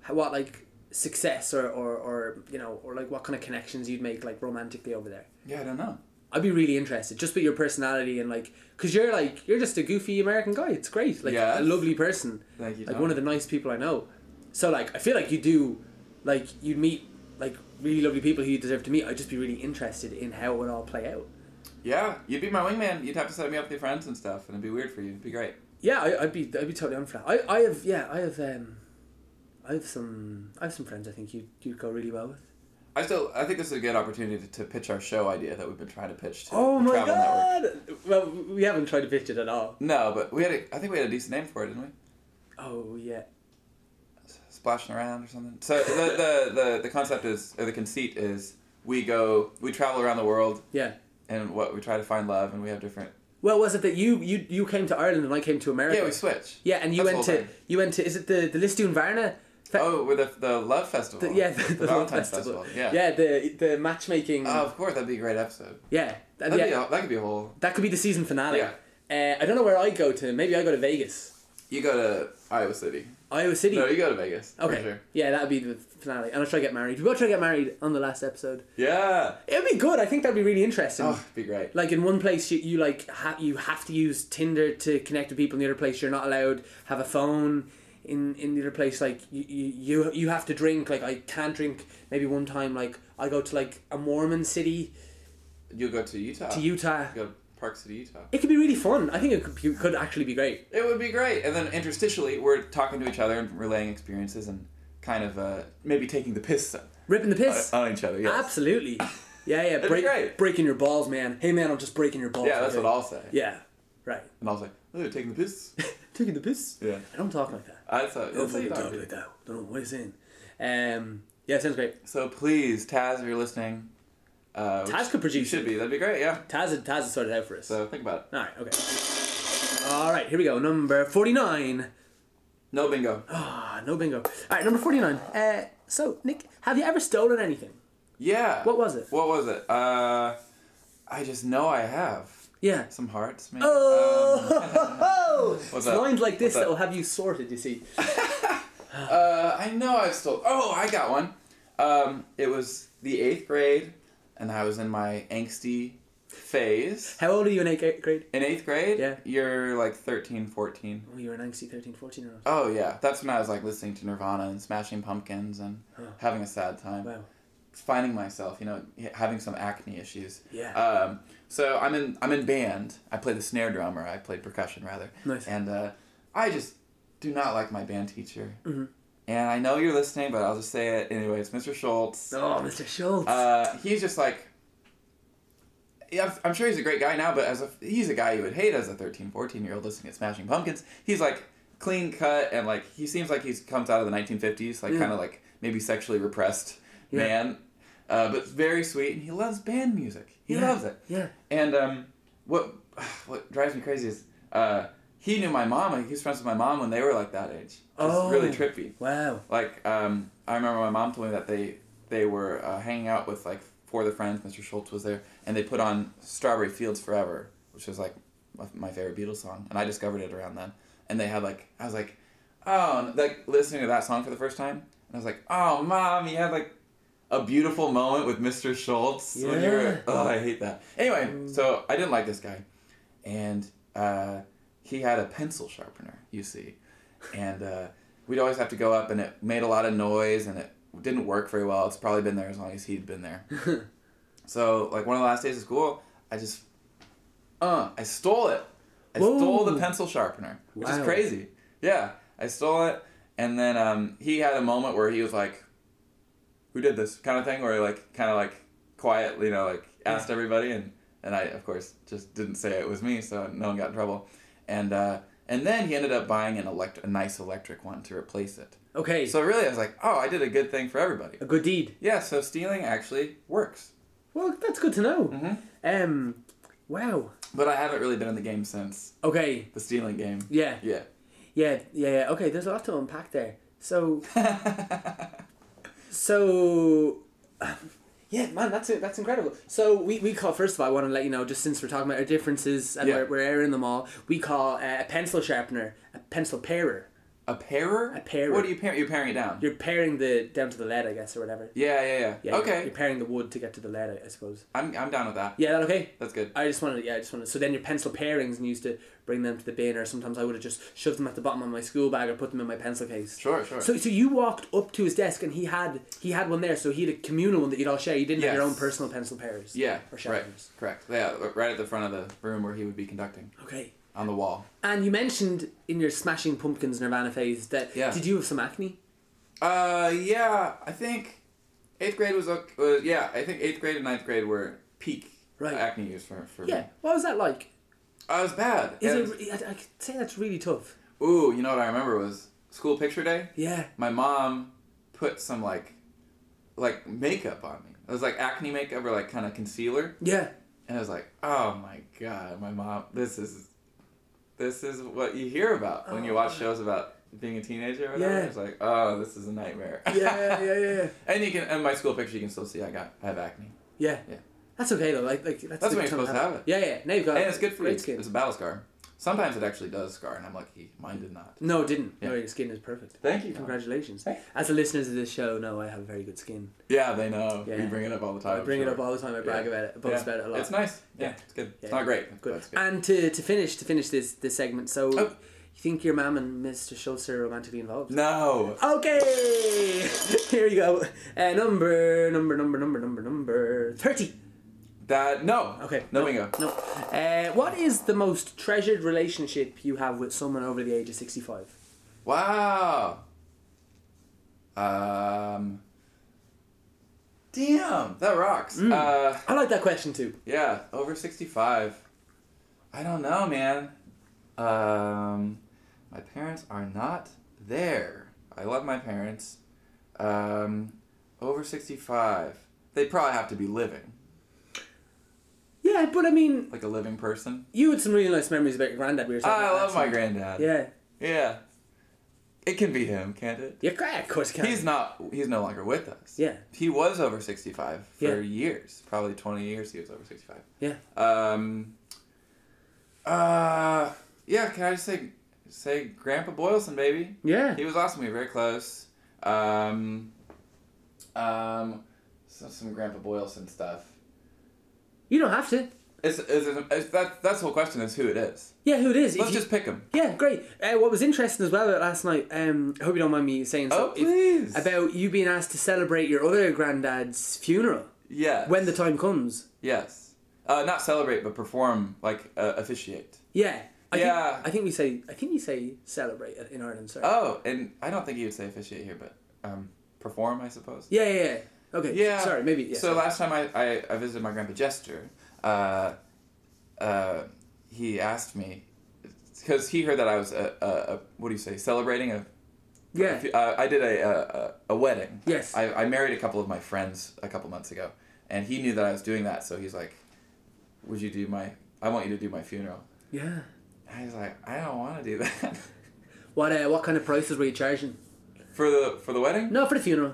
Speaker 1: how- what like success or, or or you know or like what kind of connections you'd make like romantically over there.
Speaker 3: Yeah, I don't know.
Speaker 1: I'd be really interested just with your personality and like because you're like you're just a goofy American guy. It's great, like
Speaker 3: Yes.
Speaker 1: a lovely person,
Speaker 3: Thank you.
Speaker 1: like
Speaker 3: Tom.
Speaker 1: one of the nice people I know. So like I feel like you do, like you'd meet like really lovely people who you deserve to meet. I'd just be really interested in how it would all play out.
Speaker 3: Yeah, you'd be my wingman. You'd have to set me up with your friends and stuff, and it'd be weird for you. It'd be great.
Speaker 1: Yeah, I, I'd be I'd be totally on for that. I, I have yeah I have um, I have some I have some friends I think you you'd go really well with.
Speaker 3: I still, I think this is a good opportunity to, to pitch our show idea that we've been trying to pitch to
Speaker 1: Oh
Speaker 3: the
Speaker 1: my
Speaker 3: Travel Network.
Speaker 1: god! Well, we haven't tried to pitch it at all.
Speaker 3: No, but we had a, I think we had a decent name for it, didn't we?
Speaker 1: Oh yeah.
Speaker 3: Splashing around or something. So the, the, the, the concept is, or the conceit is, we go, we travel around the world,
Speaker 1: Yeah.
Speaker 3: and what we try to find love, and we have different.
Speaker 1: Well, was it that you you you came to Ireland and I came to America?
Speaker 3: Yeah, we switch.
Speaker 1: Yeah, and you
Speaker 3: That's
Speaker 1: went
Speaker 3: the whole
Speaker 1: to
Speaker 3: thing.
Speaker 1: you went to is it the the Listoon Varna? Fe-
Speaker 3: Oh, with the, the love festival.
Speaker 1: the- yeah, the, the love
Speaker 3: Valentine's
Speaker 1: festival.
Speaker 3: Yeah.
Speaker 1: yeah, the the matchmaking.
Speaker 3: Oh, of course, that'd be a great episode.
Speaker 1: yeah, that,
Speaker 3: That'd
Speaker 1: yeah,
Speaker 3: be a, that could be a whole.
Speaker 1: that could be the season finale.
Speaker 3: Yeah.
Speaker 1: Uh, I don't know where I go to. Maybe I go to Vegas,
Speaker 3: You go to Iowa City.
Speaker 1: Iowa City.
Speaker 3: No, you go to Vegas. for
Speaker 1: okay,
Speaker 3: sure.
Speaker 1: yeah, that would be the finale. And I'll try to get married. We will try to get married on the last episode.
Speaker 3: Yeah.
Speaker 1: It'd be good. I think that'd be really interesting.
Speaker 3: Oh, it'd be great.
Speaker 1: Like in one place, you, you like ha- you have to use Tinder to connect with people. In the other place, you're not allowed have a phone. In in the other place, like you you, you you have to drink. Like I can't drink. Maybe one time, like I go to like a Mormon city
Speaker 3: You'll go to Utah.
Speaker 1: to Utah.
Speaker 3: You go to Park City, Utah.
Speaker 1: It could be really fun. I think it could, be- could actually be great.
Speaker 3: It would be great. And then interstitially, we're talking to each other and relaying experiences and kind of uh, maybe taking the piss
Speaker 1: Ripping the piss.
Speaker 3: on each other. Yes.
Speaker 1: Absolutely. Yeah, yeah.
Speaker 3: be
Speaker 1: Break,
Speaker 3: great.
Speaker 1: Breaking your balls, man. Hey, man, I'm just breaking your balls.
Speaker 3: Yeah, that's
Speaker 1: okay?
Speaker 3: what I'll say.
Speaker 1: Yeah, right.
Speaker 3: And I'll say, oh, you're taking the piss.
Speaker 1: Taking the piss.
Speaker 3: Yeah.
Speaker 1: I don't talk like that.
Speaker 3: I thought,
Speaker 1: Don't
Speaker 3: that's how you
Speaker 1: fucking
Speaker 3: talk.
Speaker 1: talk like that. Don't know what you're saying. Um, yeah, sounds great.
Speaker 3: So please, Taz, if you're listening, uh, which
Speaker 1: Taz could
Speaker 3: you
Speaker 1: produce
Speaker 3: should
Speaker 1: it.
Speaker 3: be. That'd be great, yeah.
Speaker 1: Taz, had- Taz has sorted out for us.
Speaker 3: So think about it.
Speaker 1: All right, okay. All right, here we go. Number 49.
Speaker 3: No bingo.
Speaker 1: Ah, no bingo. All right, number 49. Uh, so, Nick, have you ever stolen anything?
Speaker 3: Yeah.
Speaker 1: What was it?
Speaker 3: What was it? Uh, I just know I have
Speaker 1: Yeah.
Speaker 3: some hearts, maybe. Um,
Speaker 1: Oh!
Speaker 3: what's
Speaker 1: it's
Speaker 3: that?
Speaker 1: lines like this
Speaker 3: What's that?
Speaker 1: that will have you sorted, you see.
Speaker 3: Uh, I know I've stole. Oh, I got one. Um, it was the eighth grade, and I was in my angsty phase.
Speaker 1: How old are you in 8th grade?
Speaker 3: In eighth grade,
Speaker 1: Yeah.
Speaker 3: you're like 13, 14.
Speaker 1: Oh, you're an angsty 13, 14 year old.
Speaker 3: Oh, yeah. That's when I was like listening to Nirvana and Smashing Pumpkins and
Speaker 1: Huh.
Speaker 3: having a sad time.
Speaker 1: Wow.
Speaker 3: Finding myself, you know, having some acne issues.
Speaker 1: Yeah.
Speaker 3: Um, so I'm in I'm in band. I play the snare drum, or I played percussion rather.
Speaker 1: Nice.
Speaker 3: And uh, I just do not like my band teacher. Mm-hmm. And I know you're listening, but I'll just say it anyway. It's Mr. Schultz.
Speaker 1: Oh, Mr. Schultz.
Speaker 3: Uh, he's just like. Yeah, I'm- I'm sure he's a great guy now, but as a he's a guy you would hate as a 13, 14 year old listening to Smashing Pumpkins. He's like clean cut and like he seems like he's comes out of the 1950s, like
Speaker 1: Yeah.
Speaker 3: kind of like maybe sexually repressed
Speaker 1: Yeah.
Speaker 3: man. uh, but very sweet, and he loves band music. He
Speaker 1: Yeah,
Speaker 3: loves it.
Speaker 1: yeah.
Speaker 3: And um, what what drives me crazy is uh, he knew my mom. Like, he was friends with my mom when they were like that age. It's
Speaker 1: Oh.
Speaker 3: really trippy.
Speaker 1: Wow.
Speaker 3: Like um, I remember my mom told me that they they were uh, hanging out with like four of their friends. Mr. Schultz was there, and they put on Strawberry Fields Forever, which was like my- my favorite Beatles song, and I discovered it around then. And they had like I was like, oh, and, like listening to that song for the first time, and I was like, oh, mom, you had like a beautiful moment with Mr. Schultz when you
Speaker 1: Yeah.
Speaker 3: were. Oh, I hate that. Anyway, so I didn't like this guy, and uh, he had a pencil sharpener. You see, and uh, we'd always have to go up, and it made a lot of noise, and it didn't work very well. It's probably been there as long as he'd been there. so, like one of the last days of school, I just, uh, I stole it. I stole the
Speaker 1: Whoa.
Speaker 3: pencil sharpener, which is
Speaker 1: Wow.
Speaker 3: crazy. Yeah, I stole it, and then um, he had a moment where he was like, "Who did this?" kind of thing, where he like kind of like quietly, you know, like asked everybody, and and I of course just didn't say it was me, so no one got in trouble, and uh, and then he ended up buying an elect a nice electric one to replace it.
Speaker 1: Okay.
Speaker 3: So really, I was like, "Oh, I did a good thing for everybody."
Speaker 1: a good deed.
Speaker 3: Yeah, so stealing actually works,
Speaker 1: Well, that's good to know.
Speaker 3: Mm-hmm.
Speaker 1: Um, wow.
Speaker 3: but I haven't really been in the game since
Speaker 1: Okay.
Speaker 3: the stealing game.
Speaker 1: Yeah.
Speaker 3: Yeah.
Speaker 1: Yeah. Yeah. yeah. Okay. There's a lot to unpack there. So. so. Yeah, man, that's it. That's incredible. So we, we call first of all, I want to let you know, just since we're talking about our differences and
Speaker 3: Yeah.
Speaker 1: we're, we're airing them all, we call uh, a pencil sharpener a pencil pairer.
Speaker 3: A pairer? A
Speaker 1: pairer.
Speaker 3: What are you pairing? You're paring it down.
Speaker 1: You're pairing the down to the lead, I guess, or whatever.
Speaker 3: yeah, yeah, yeah.
Speaker 1: Yeah,
Speaker 3: okay.
Speaker 1: You're, you're pairing the wood to get to the lead, I, I suppose.
Speaker 3: I'm, I'm down with that.
Speaker 1: Yeah, Uh, that okay.
Speaker 3: That's good.
Speaker 1: I just wanted, yeah, I just wanted. So then your pencil pairings, and you used to bring them to the bin, or sometimes I would have just shoved them at the bottom of my school bag or put them in my pencil case.
Speaker 3: Sure, sure.
Speaker 1: So, so you walked up to his desk, and he had he had one there. So he had a communal one that you'd all share. You didn't have your
Speaker 3: Yes.
Speaker 1: own personal pencil pairs.
Speaker 3: yeah.
Speaker 1: Or
Speaker 3: right.
Speaker 1: sharpeners.
Speaker 3: Correct. Yeah, right at the front of the room where he would be conducting
Speaker 1: Okay.
Speaker 3: on the wall.
Speaker 1: And you mentioned in your Smashing Pumpkins Nirvana phase that
Speaker 3: Yeah.
Speaker 1: did you have some acne?
Speaker 3: Uh, yeah. I think eighth grade was okay. Was, yeah, I think eighth grade and ninth grade were peak
Speaker 1: Right.
Speaker 3: acne years for for
Speaker 1: Yeah.
Speaker 3: me.
Speaker 1: What was that like?
Speaker 3: I was bad.
Speaker 1: Is it?
Speaker 3: And-
Speaker 1: re- I, I could say that's really tough.
Speaker 3: ooh, you know what I remember was school picture day.
Speaker 1: Yeah.
Speaker 3: my mom put some like like makeup on me. It was like acne makeup or like kind of concealer,
Speaker 1: Yeah.
Speaker 3: and I was like, oh my god, my mom, this is this is what you hear about when you watch shows about being a teenager. Or whatever.
Speaker 1: Oh, Yeah.
Speaker 3: It's like, oh, this is a nightmare.
Speaker 1: Yeah. Yeah. Yeah.
Speaker 3: and you can and my school picture, you can still see I got I have acne,
Speaker 1: Yeah.
Speaker 3: Yeah.
Speaker 1: That's okay though. Like, like that's,
Speaker 3: That's
Speaker 1: a
Speaker 3: when
Speaker 1: good time
Speaker 3: you're supposed to have it.
Speaker 1: Yeah, yeah. Now you've got
Speaker 3: and it's good for you.
Speaker 1: great skin.
Speaker 3: It's a battle scar. Sometimes it actually does scar, and I'm lucky. Mine did not.
Speaker 1: No, it didn't. No,
Speaker 3: Yeah.
Speaker 1: your skin is perfect.
Speaker 3: Thank you. Mom.
Speaker 1: Congratulations.
Speaker 3: Hey.
Speaker 1: As the listeners of this show know, I have very good skin.
Speaker 3: Yeah, they know.
Speaker 1: Yeah.
Speaker 3: We bring it up all the time.
Speaker 1: I bring
Speaker 3: Oh, I'm
Speaker 1: it up
Speaker 3: sure.
Speaker 1: all the time. I brag
Speaker 3: Yeah.
Speaker 1: about it. I boast
Speaker 3: Yeah.
Speaker 1: about it a lot.
Speaker 3: It's nice. Yeah,
Speaker 1: Yeah.
Speaker 3: it's good.
Speaker 1: Yeah.
Speaker 3: It's not great. but
Speaker 1: Good.
Speaker 3: it's good.
Speaker 1: And to, to finish to finish this this segment, so
Speaker 3: Oh.
Speaker 1: you think your mum and Mr. Schultz are romantically involved?
Speaker 3: No.
Speaker 1: Okay, here you go. Uh, number number number number number number thirty.
Speaker 3: That no.
Speaker 1: Okay.
Speaker 3: No bingo.
Speaker 1: No. Uh, what is the most treasured relationship you have with someone over the age of sixty-five?
Speaker 3: Wow. Um. Damn, that rocks.
Speaker 1: Mm.
Speaker 3: Uh,
Speaker 1: I like that question too.
Speaker 3: yeah, over sixty-five. I don't know, man. Um, my parents are not there. I love my parents. Um, over sixty-five. They probably have to be living,
Speaker 1: Yeah, but I mean,
Speaker 3: like a living person.
Speaker 1: you had some really nice memories about your granddad. We were talking
Speaker 3: I
Speaker 1: about
Speaker 3: love
Speaker 1: that,
Speaker 3: Oh, my
Speaker 1: so-
Speaker 3: granddad.
Speaker 1: Yeah.
Speaker 3: Yeah. It can be him, can't it?
Speaker 1: Yeah, c- of course, it can.
Speaker 3: He's not. He's no longer with us.
Speaker 1: Yeah.
Speaker 3: He was over sixty-five for
Speaker 1: Yeah.
Speaker 3: years, probably twenty years. He was over sixty-five.
Speaker 1: Yeah.
Speaker 3: Um. Uh. Yeah. Can I just say, say Grandpa Boylston, baby?
Speaker 1: Yeah.
Speaker 3: He was awesome. We were very close. Um. Um. So some Grandpa Boylston stuff.
Speaker 1: You don't have to.
Speaker 3: It's, it's, it's, that, that's the whole question is who it is.
Speaker 1: Yeah, who it is.
Speaker 3: Let's
Speaker 1: If you-
Speaker 3: just pick him.
Speaker 1: Yeah, great. Uh, what was interesting as well about last night, um, I hope you don't mind me saying
Speaker 3: Oh,
Speaker 1: so, if-
Speaker 3: please.
Speaker 1: about you being asked to celebrate your other granddad's funeral
Speaker 3: Yeah.
Speaker 1: when the time comes.
Speaker 3: Yes. Uh, not celebrate, but perform, like uh, officiate.
Speaker 1: Yeah. I
Speaker 3: Yeah.
Speaker 1: Think, I think we say, I think we say celebrate in Ireland, sorry.
Speaker 3: Oh, and I don't think you would say officiate here, but um, perform, I suppose.
Speaker 1: yeah, yeah, yeah. Okay.
Speaker 3: Yeah.
Speaker 1: Sorry, maybe. Yeah,
Speaker 3: so
Speaker 1: sorry.
Speaker 3: last time I, I, I visited my grandpa Jester, uh, uh, he asked me because he heard that I was a, a, a what do you say celebrating a
Speaker 1: Yeah.
Speaker 3: If you- uh, I did a, uh, a a wedding.
Speaker 1: Yes.
Speaker 3: I, I married a couple of my friends a couple months ago, and he knew that I was doing that, so he's like, "Would you do my? I want you to do my funeral."
Speaker 1: Yeah.
Speaker 3: I was like, "I don't want to do that."
Speaker 1: What uh, what kind of prices were you charging?
Speaker 3: for the for the wedding,
Speaker 1: No, for the funeral.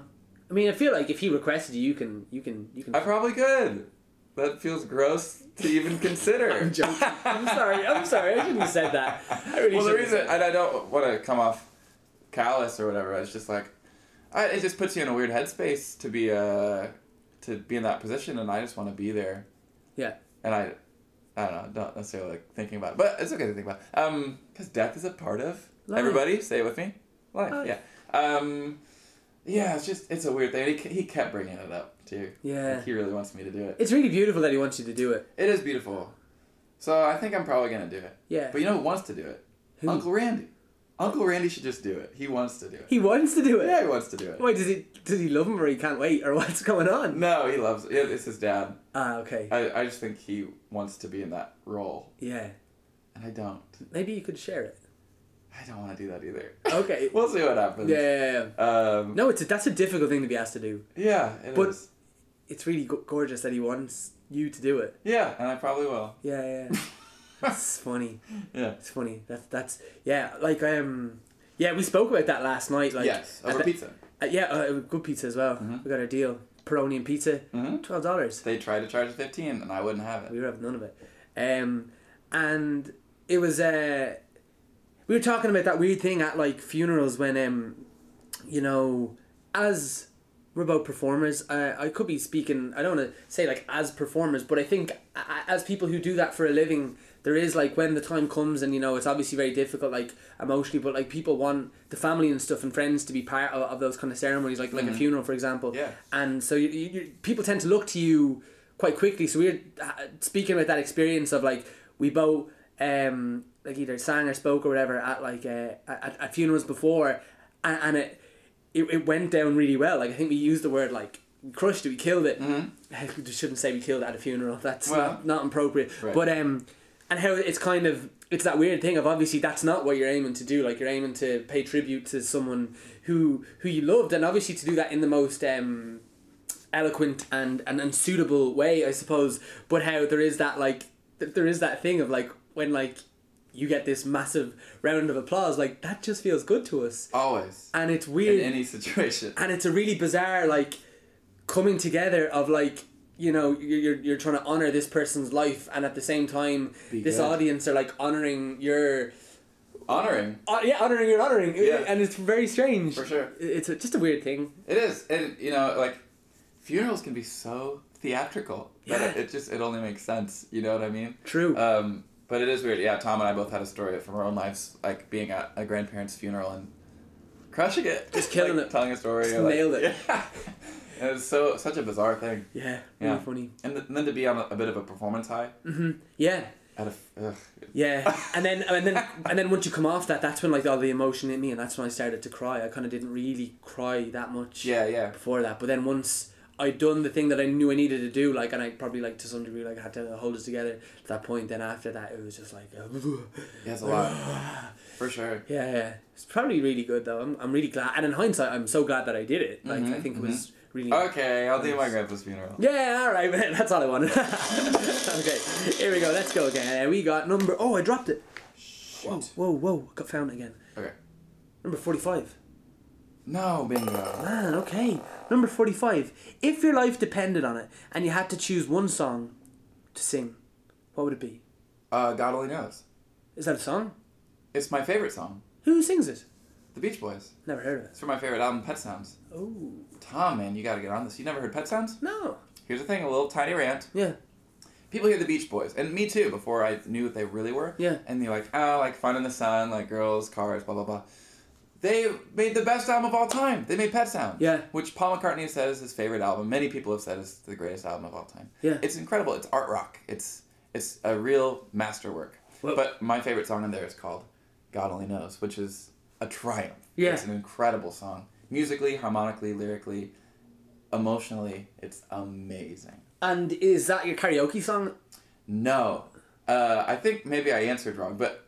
Speaker 1: I mean, I feel like if he requested you, you can you can you can.
Speaker 3: I probably could. That feels gross to even consider.
Speaker 1: I'm joking. I'm sorry. I'm sorry. I shouldn't have said that. I really
Speaker 3: well,
Speaker 1: shouldn't
Speaker 3: the
Speaker 1: have
Speaker 3: reason,
Speaker 1: said that.
Speaker 3: and I don't want to come off callous or whatever. It's just like, I, it just puts you in a weird headspace to be uh to be in that position, and I just want to be there.
Speaker 1: Yeah.
Speaker 3: And I, I don't know, not necessarily like thinking about, it, but it's okay to think about. Um, because death is a part of
Speaker 1: Life.
Speaker 3: everybody. Say it with me, life.
Speaker 1: Life.
Speaker 3: Yeah. Um, yeah, it's just it's a weird thing. He, he kept bringing it up too.
Speaker 1: Yeah.
Speaker 3: Like, he really wants me to do it.
Speaker 1: It's really beautiful that he wants you to do it.
Speaker 3: It is beautiful. So I think I'm probably gonna do it.
Speaker 1: Yeah.
Speaker 3: But you know who wants to do it?
Speaker 1: Who?
Speaker 3: Uncle Randy. Uncle Randy should just do it. He wants to do it.
Speaker 1: He wants to do it.
Speaker 3: Yeah, he wants to do it.
Speaker 1: Why does he? Does he love him or he can't wait or what's going on?
Speaker 3: No, he loves it. Yeah, It's his dad.
Speaker 1: Ah, okay.
Speaker 3: I, I just think he wants to be in that role.
Speaker 1: Yeah.
Speaker 3: And I don't.
Speaker 1: Maybe you could share it.
Speaker 3: I don't want to do that either.
Speaker 1: Okay.
Speaker 3: we'll see what happens.
Speaker 1: Yeah. yeah, yeah.
Speaker 3: Um,
Speaker 1: No, it's a, that's a difficult thing to be asked to do.
Speaker 3: Yeah, it is.
Speaker 1: But- It's really go- gorgeous that he wants you to do it.
Speaker 3: Yeah, and I probably will.
Speaker 1: Yeah, yeah. yeah. That's funny.
Speaker 3: Yeah.
Speaker 1: It's funny. That's that's yeah. Like um, yeah, we spoke about that last night. Like
Speaker 3: yes, over
Speaker 1: at the-
Speaker 3: pizza.
Speaker 1: uh, yeah, uh, good pizza as well. We got our deal. Pepperoni and pizza,
Speaker 3: Mhm.
Speaker 1: twelve dollars.
Speaker 3: They tried to charge 15 and I wouldn't have it.
Speaker 1: We were having none of it. Um, and it was uh, we were talking about that weird thing at like funerals when um, you know, as we're both performers. I I could be speaking. I don't want to say like as performers, but I think a- a- as people who do that for a living, there is like when the time comes, and you know, it's obviously very difficult, like emotionally, but like people want the family and stuff and friends to be part of, of those kind of ceremonies, like like a funeral, for example.
Speaker 3: Yeah.
Speaker 1: And so you, you, you, people tend to look to you quite quickly. So we're uh, speaking about that experience of like we both um like either sang or spoke or whatever at like uh, at, at funerals before, and, and it it, it went down really well. Like I think we used the word like we crushed it, we killed it. We just shouldn't say we killed it at a funeral. That's
Speaker 3: Mm-hmm. Well-
Speaker 1: not, not appropriate.
Speaker 3: Right.
Speaker 1: But um, and how it's kind of it's that weird thing of obviously that's not what you're aiming to do. Like you're aiming to pay tribute to someone who who you loved, and obviously to do that in the most um eloquent and and, and suitable way, I suppose. But how there is that like th- there is that thing of like when like you get this massive round of applause, like that just feels good to us,
Speaker 3: Always.
Speaker 1: and it's
Speaker 3: In
Speaker 1: weird
Speaker 3: any situation.
Speaker 1: and it's a really bizarre like coming together of like you know you're you're, you're trying to honor this person's life and at the same time
Speaker 3: Be
Speaker 1: this
Speaker 3: good.
Speaker 1: audience are like honoring your
Speaker 3: Honoring.
Speaker 1: uh, yeah honoring your honoring
Speaker 3: Yeah.
Speaker 1: and it's very strange
Speaker 3: For sure.
Speaker 1: It- it's a, just a weird thing
Speaker 3: It is. And, you know, like, funerals can be so theatrical that it, it just, it only makes sense. You know what I mean?
Speaker 1: true
Speaker 3: Um, but it is weird. Yeah, Tom and I both had a story from our own lives, like being at a grandparent's funeral and crushing it,
Speaker 1: Just killing
Speaker 3: Like,
Speaker 1: it.
Speaker 3: telling a story,
Speaker 1: Just
Speaker 3: or, like-
Speaker 1: nailed it.
Speaker 3: Yeah. it was so such a bizarre thing,
Speaker 1: yeah really
Speaker 3: Yeah.
Speaker 1: funny
Speaker 3: and, th- and then to be on a, a bit of a performance high
Speaker 1: yeah
Speaker 3: at a ugh,
Speaker 1: yeah and then and then and then once you come off that that's when like all the emotion hit me and that's when I started to cry I kind of didn't really cry that much
Speaker 3: yeah, yeah,
Speaker 1: before that. But then once I'd done the thing that I knew I needed to do, like, and I probably like to some degree like had to hold it together at that point. Then after that, it was just like,
Speaker 3: yeah, it's a lot for sure.
Speaker 1: yeah, yeah. It's probably really good though. I'm, I'm really glad, and in hindsight, I'm so glad that I did it. Like, I think it was really.
Speaker 3: Oh, Okay, I'll do my grandpa's funeral.
Speaker 1: Yeah, all right, man. That's all I wanted. okay, here we go. Let's go again. Uh, we got number. Oh, I dropped it. Whoa,
Speaker 3: Shoot.
Speaker 1: whoa, whoa! Got found again.
Speaker 3: Okay.
Speaker 1: Number forty-five.
Speaker 3: No bingo.
Speaker 1: Man, Ah, okay. Number 45. If your life depended on it and you had to choose one song to sing, what would it be?
Speaker 3: Uh, God only knows.
Speaker 1: Is that a song?
Speaker 3: It's my favorite song,
Speaker 1: Who sings it?
Speaker 3: The Beach Boys.
Speaker 1: Never heard of it.
Speaker 3: It's from my favorite album, Pet Sounds.
Speaker 1: Oh.
Speaker 3: Tom, man, you gotta get on this. You never heard Pet Sounds?
Speaker 1: No.
Speaker 3: Here's the thing, a little tiny rant.
Speaker 1: Yeah.
Speaker 3: people hear the Beach Boys, and me too, before I knew what they really were.
Speaker 1: Yeah.
Speaker 3: And they're like, oh, like fun in the sun, like girls, cars, blah, blah, blah. They made the best album of all time. They made Pet Sounds.
Speaker 1: Yeah.
Speaker 3: Which Paul McCartney has said is his favorite album. Many people have said is the greatest album of all time.
Speaker 1: Yeah.
Speaker 3: It's incredible. It's art rock. It's it's a real masterwork.
Speaker 1: Well-
Speaker 3: but my favorite song in there is called God Only Knows, which is a triumph.
Speaker 1: Yeah.
Speaker 3: It's an incredible song. Musically, harmonically, lyrically, emotionally, it's amazing.
Speaker 1: And is that your karaoke song?
Speaker 3: No. Uh, I think maybe I answered wrong, but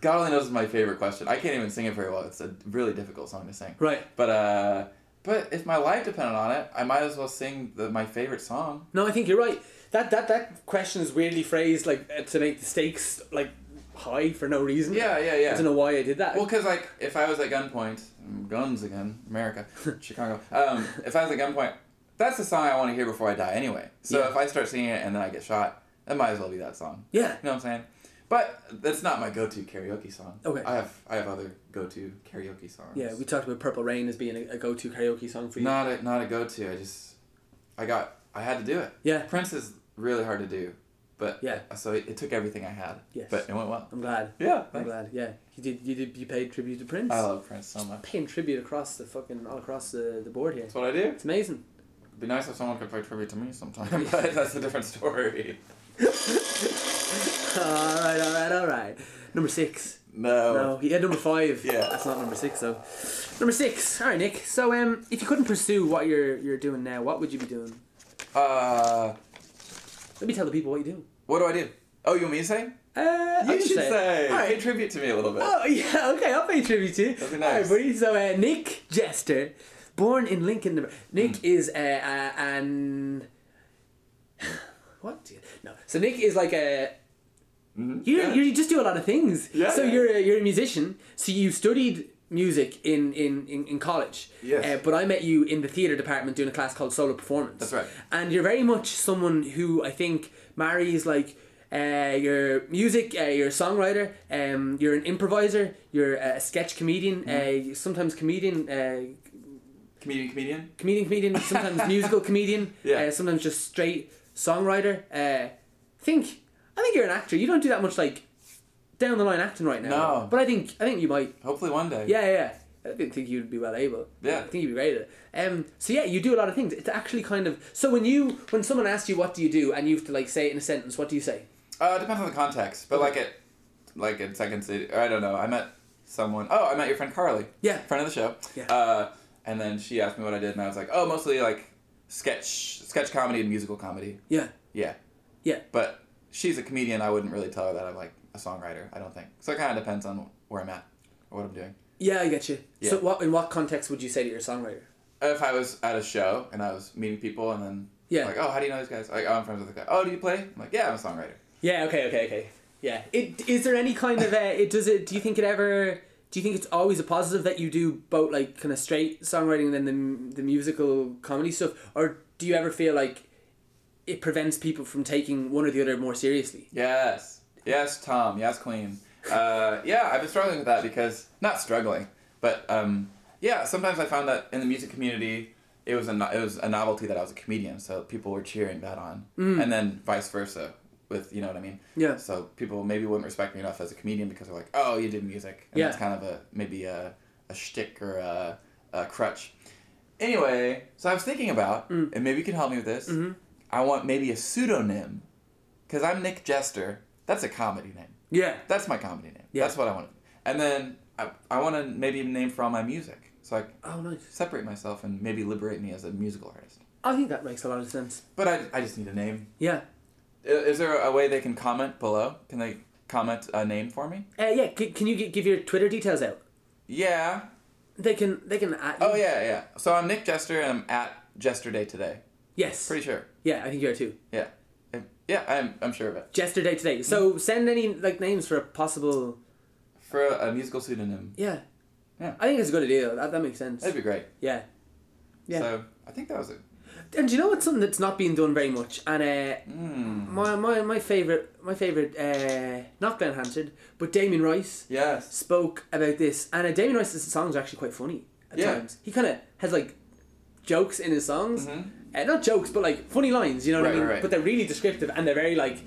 Speaker 3: God only knows is my favorite question. I can't even sing it very well. It's a really difficult song to sing.
Speaker 1: Right.
Speaker 3: But uh, but if my life depended on it, I might as well sing the, my favorite song.
Speaker 1: No, I think you're right. That that that question is weirdly phrased like uh, to make the stakes like high for no reason.
Speaker 3: Yeah, yeah, yeah.
Speaker 1: I don't know why I did that.
Speaker 3: Well, because like if I was at gunpoint, mm, guns again, America, Chicago. Um, if I was at gunpoint, that's the song I want to hear before I die anyway. So
Speaker 1: Yeah.
Speaker 3: if I start singing it and then I get shot, that might as well be that song.
Speaker 1: yeah.
Speaker 3: You know what I'm saying? But that's not my go-to karaoke song.
Speaker 1: Okay.
Speaker 3: I have I have other go-to karaoke songs.
Speaker 1: Yeah, we talked about Purple Rain as being a, a go-to karaoke song for you.
Speaker 3: not a not a go-to. I just I got I had to do it.
Speaker 1: Yeah.
Speaker 3: Prince is really hard to do, but
Speaker 1: Yeah.
Speaker 3: So it, it took everything I had.
Speaker 1: Yes.
Speaker 3: But it went well.
Speaker 1: I'm glad.
Speaker 3: Yeah.
Speaker 1: I'm
Speaker 3: thanks. Oh,
Speaker 1: glad. Yeah, you did. You did. You paid tribute to Prince.
Speaker 3: I love Prince so much.
Speaker 1: Paying tribute across the fucking all across the, the board here.
Speaker 3: That's what I do.
Speaker 1: It's amazing.
Speaker 3: It'd be nice if someone could play tribute to me sometime, but that's a different story.
Speaker 1: all right, all right, all right. Number six.
Speaker 3: No.
Speaker 1: No, he had number five.
Speaker 3: Oh. Yeah.
Speaker 1: that's not number six though. Number six. All right, Nick. So, um, if you couldn't pursue what you're you're doing now, what would you be doing?
Speaker 3: Uh,
Speaker 1: Let me tell the people what you do.
Speaker 3: what do I do? Oh, you want me to say? You
Speaker 1: Uh, I
Speaker 3: should say.
Speaker 1: All
Speaker 3: Pay
Speaker 1: right.
Speaker 3: tribute to me a little bit.
Speaker 1: Oh yeah, okay. I'll pay tribute to you.
Speaker 3: That'd be nice.
Speaker 1: All right, buddy. So uh, Nick Jester, born in Lincoln. Neb- Nick
Speaker 3: Hmm.
Speaker 1: is uh, uh, an what? do you- No. So Nick is like a. You
Speaker 3: Mm-hmm. yeah.
Speaker 1: you just do a lot of things.
Speaker 3: Yeah,
Speaker 1: So
Speaker 3: yeah.
Speaker 1: you're a, you're a musician. So you studied music in in in, in college.
Speaker 3: Yes.
Speaker 1: Uh, but I met you in the theater department doing a class called solo performance.
Speaker 3: That's right.
Speaker 1: And you're very much someone who I think marries like uh, your music, uh, you're a songwriter, um, you're an improviser, you're a sketch comedian,
Speaker 3: Mm-hmm.
Speaker 1: uh, sometimes comedian, uh,
Speaker 3: Comedian, comedian.
Speaker 1: comedian, comedian, sometimes musical comedian,
Speaker 3: Yeah.
Speaker 1: uh, sometimes just straight songwriter. Uh, think I think you're an actor. You don't do that much like down the line acting right now.
Speaker 3: No.
Speaker 1: But I think I think you might.
Speaker 3: Hopefully one day.
Speaker 1: Yeah, yeah. I didn't think you'd be well able.
Speaker 3: Yeah.
Speaker 1: I think you'd be great at it. Um, so yeah, you do a lot of things. It's actually kind of so when you when someone asks you what do you do and you have to like say it in a sentence, what do you say?
Speaker 3: Uh, it depends on the context, but like it, like in Second City, I don't know. I met someone. Oh, I met your friend Carly.
Speaker 1: Yeah.
Speaker 3: Friend of the show.
Speaker 1: Yeah.
Speaker 3: Uh, and then she asked me what I did, and I was like, oh, mostly like sketch, sketch comedy and musical comedy.
Speaker 1: Yeah.
Speaker 3: Yeah.
Speaker 1: Yeah.
Speaker 3: But she's a comedian. I wouldn't really tell her that I'm like a songwriter. I don't think. So it kind of depends on where I'm at or what I'm doing.
Speaker 1: Yeah, I get you. So
Speaker 3: Yeah.
Speaker 1: what in what context would you say to your songwriter?
Speaker 3: If I was at a show and I was meeting people and then
Speaker 1: Yeah.
Speaker 3: like, oh, how do you know these guys? Like, oh, I'm friends with the guy. Oh, do you play? I'm like, yeah, I'm a songwriter.
Speaker 1: Yeah, okay, okay, okay. Yeah. It is there any kind of uh, it does it do you think it ever do you think it's always a positive that you do both like kind of straight songwriting and then the, the musical comedy stuff or do you ever feel like it prevents people from taking one or the other more seriously?
Speaker 3: Yes. Yes, Tom. Yes, Queen. Uh, yeah, I've been struggling with that because not struggling, but um, yeah, sometimes I found that in the music community, it was a no- it was a novelty that I was a comedian, so people were cheering that on, and then vice versa with you know what I mean.
Speaker 1: Yeah.
Speaker 3: So people maybe wouldn't respect me enough as a comedian because they're like, oh, you did music, and
Speaker 1: Yeah.
Speaker 3: that's kind of a maybe a a shtick or a, a crutch. Anyway, so I was thinking about,
Speaker 1: Mm.
Speaker 3: and maybe you can help me with this.
Speaker 1: Mm-hmm.
Speaker 3: I want maybe a pseudonym because I'm Nick Jester. That's a comedy name.
Speaker 1: Yeah.
Speaker 3: That's my comedy name.
Speaker 1: Yeah.
Speaker 3: That's what I want. And then I, I want to maybe name for all my music, so I
Speaker 1: Oh, nice.
Speaker 3: separate myself and maybe liberate me as a musical artist.
Speaker 1: I think that makes a lot of sense.
Speaker 3: But I, I just need a name.
Speaker 1: Yeah.
Speaker 3: I- Is there a way they can comment below? Can they comment a name for me?
Speaker 1: Uh, yeah. C- can you gi- give your Twitter details out?
Speaker 3: Yeah.
Speaker 1: They can. They can. At you.
Speaker 3: Oh yeah, yeah. So I'm Nick Jester and I'm at Jester Day today.
Speaker 1: Yes.
Speaker 3: Pretty sure.
Speaker 1: Yeah, I think you are too.
Speaker 3: Yeah. Um, Yeah, I'm I'm sure of it.
Speaker 1: Jester Day today.
Speaker 3: Mm-hmm.
Speaker 1: So send any like names for a possible.
Speaker 3: For a, a musical pseudonym,
Speaker 1: Yeah.
Speaker 3: Yeah.
Speaker 1: I think it's a good idea. That, that makes sense.
Speaker 3: that'd be great.
Speaker 1: Yeah. Yeah.
Speaker 3: So I think that was it.
Speaker 1: And do you know what's something that's not being done very much? And uh,
Speaker 3: Hmm.
Speaker 1: my my my favorite my favorite uh, not Ben Hansard but Damien Rice
Speaker 3: Yes.
Speaker 1: spoke about this. And uh, Damien Rice's songs are actually quite funny at
Speaker 3: Yeah.
Speaker 1: times. He kind of has like jokes in his songs, uh, not jokes, but like funny lines. You know what
Speaker 3: Mm-hmm. Right,
Speaker 1: I mean?
Speaker 3: right, right.
Speaker 1: But they're really descriptive and they're very like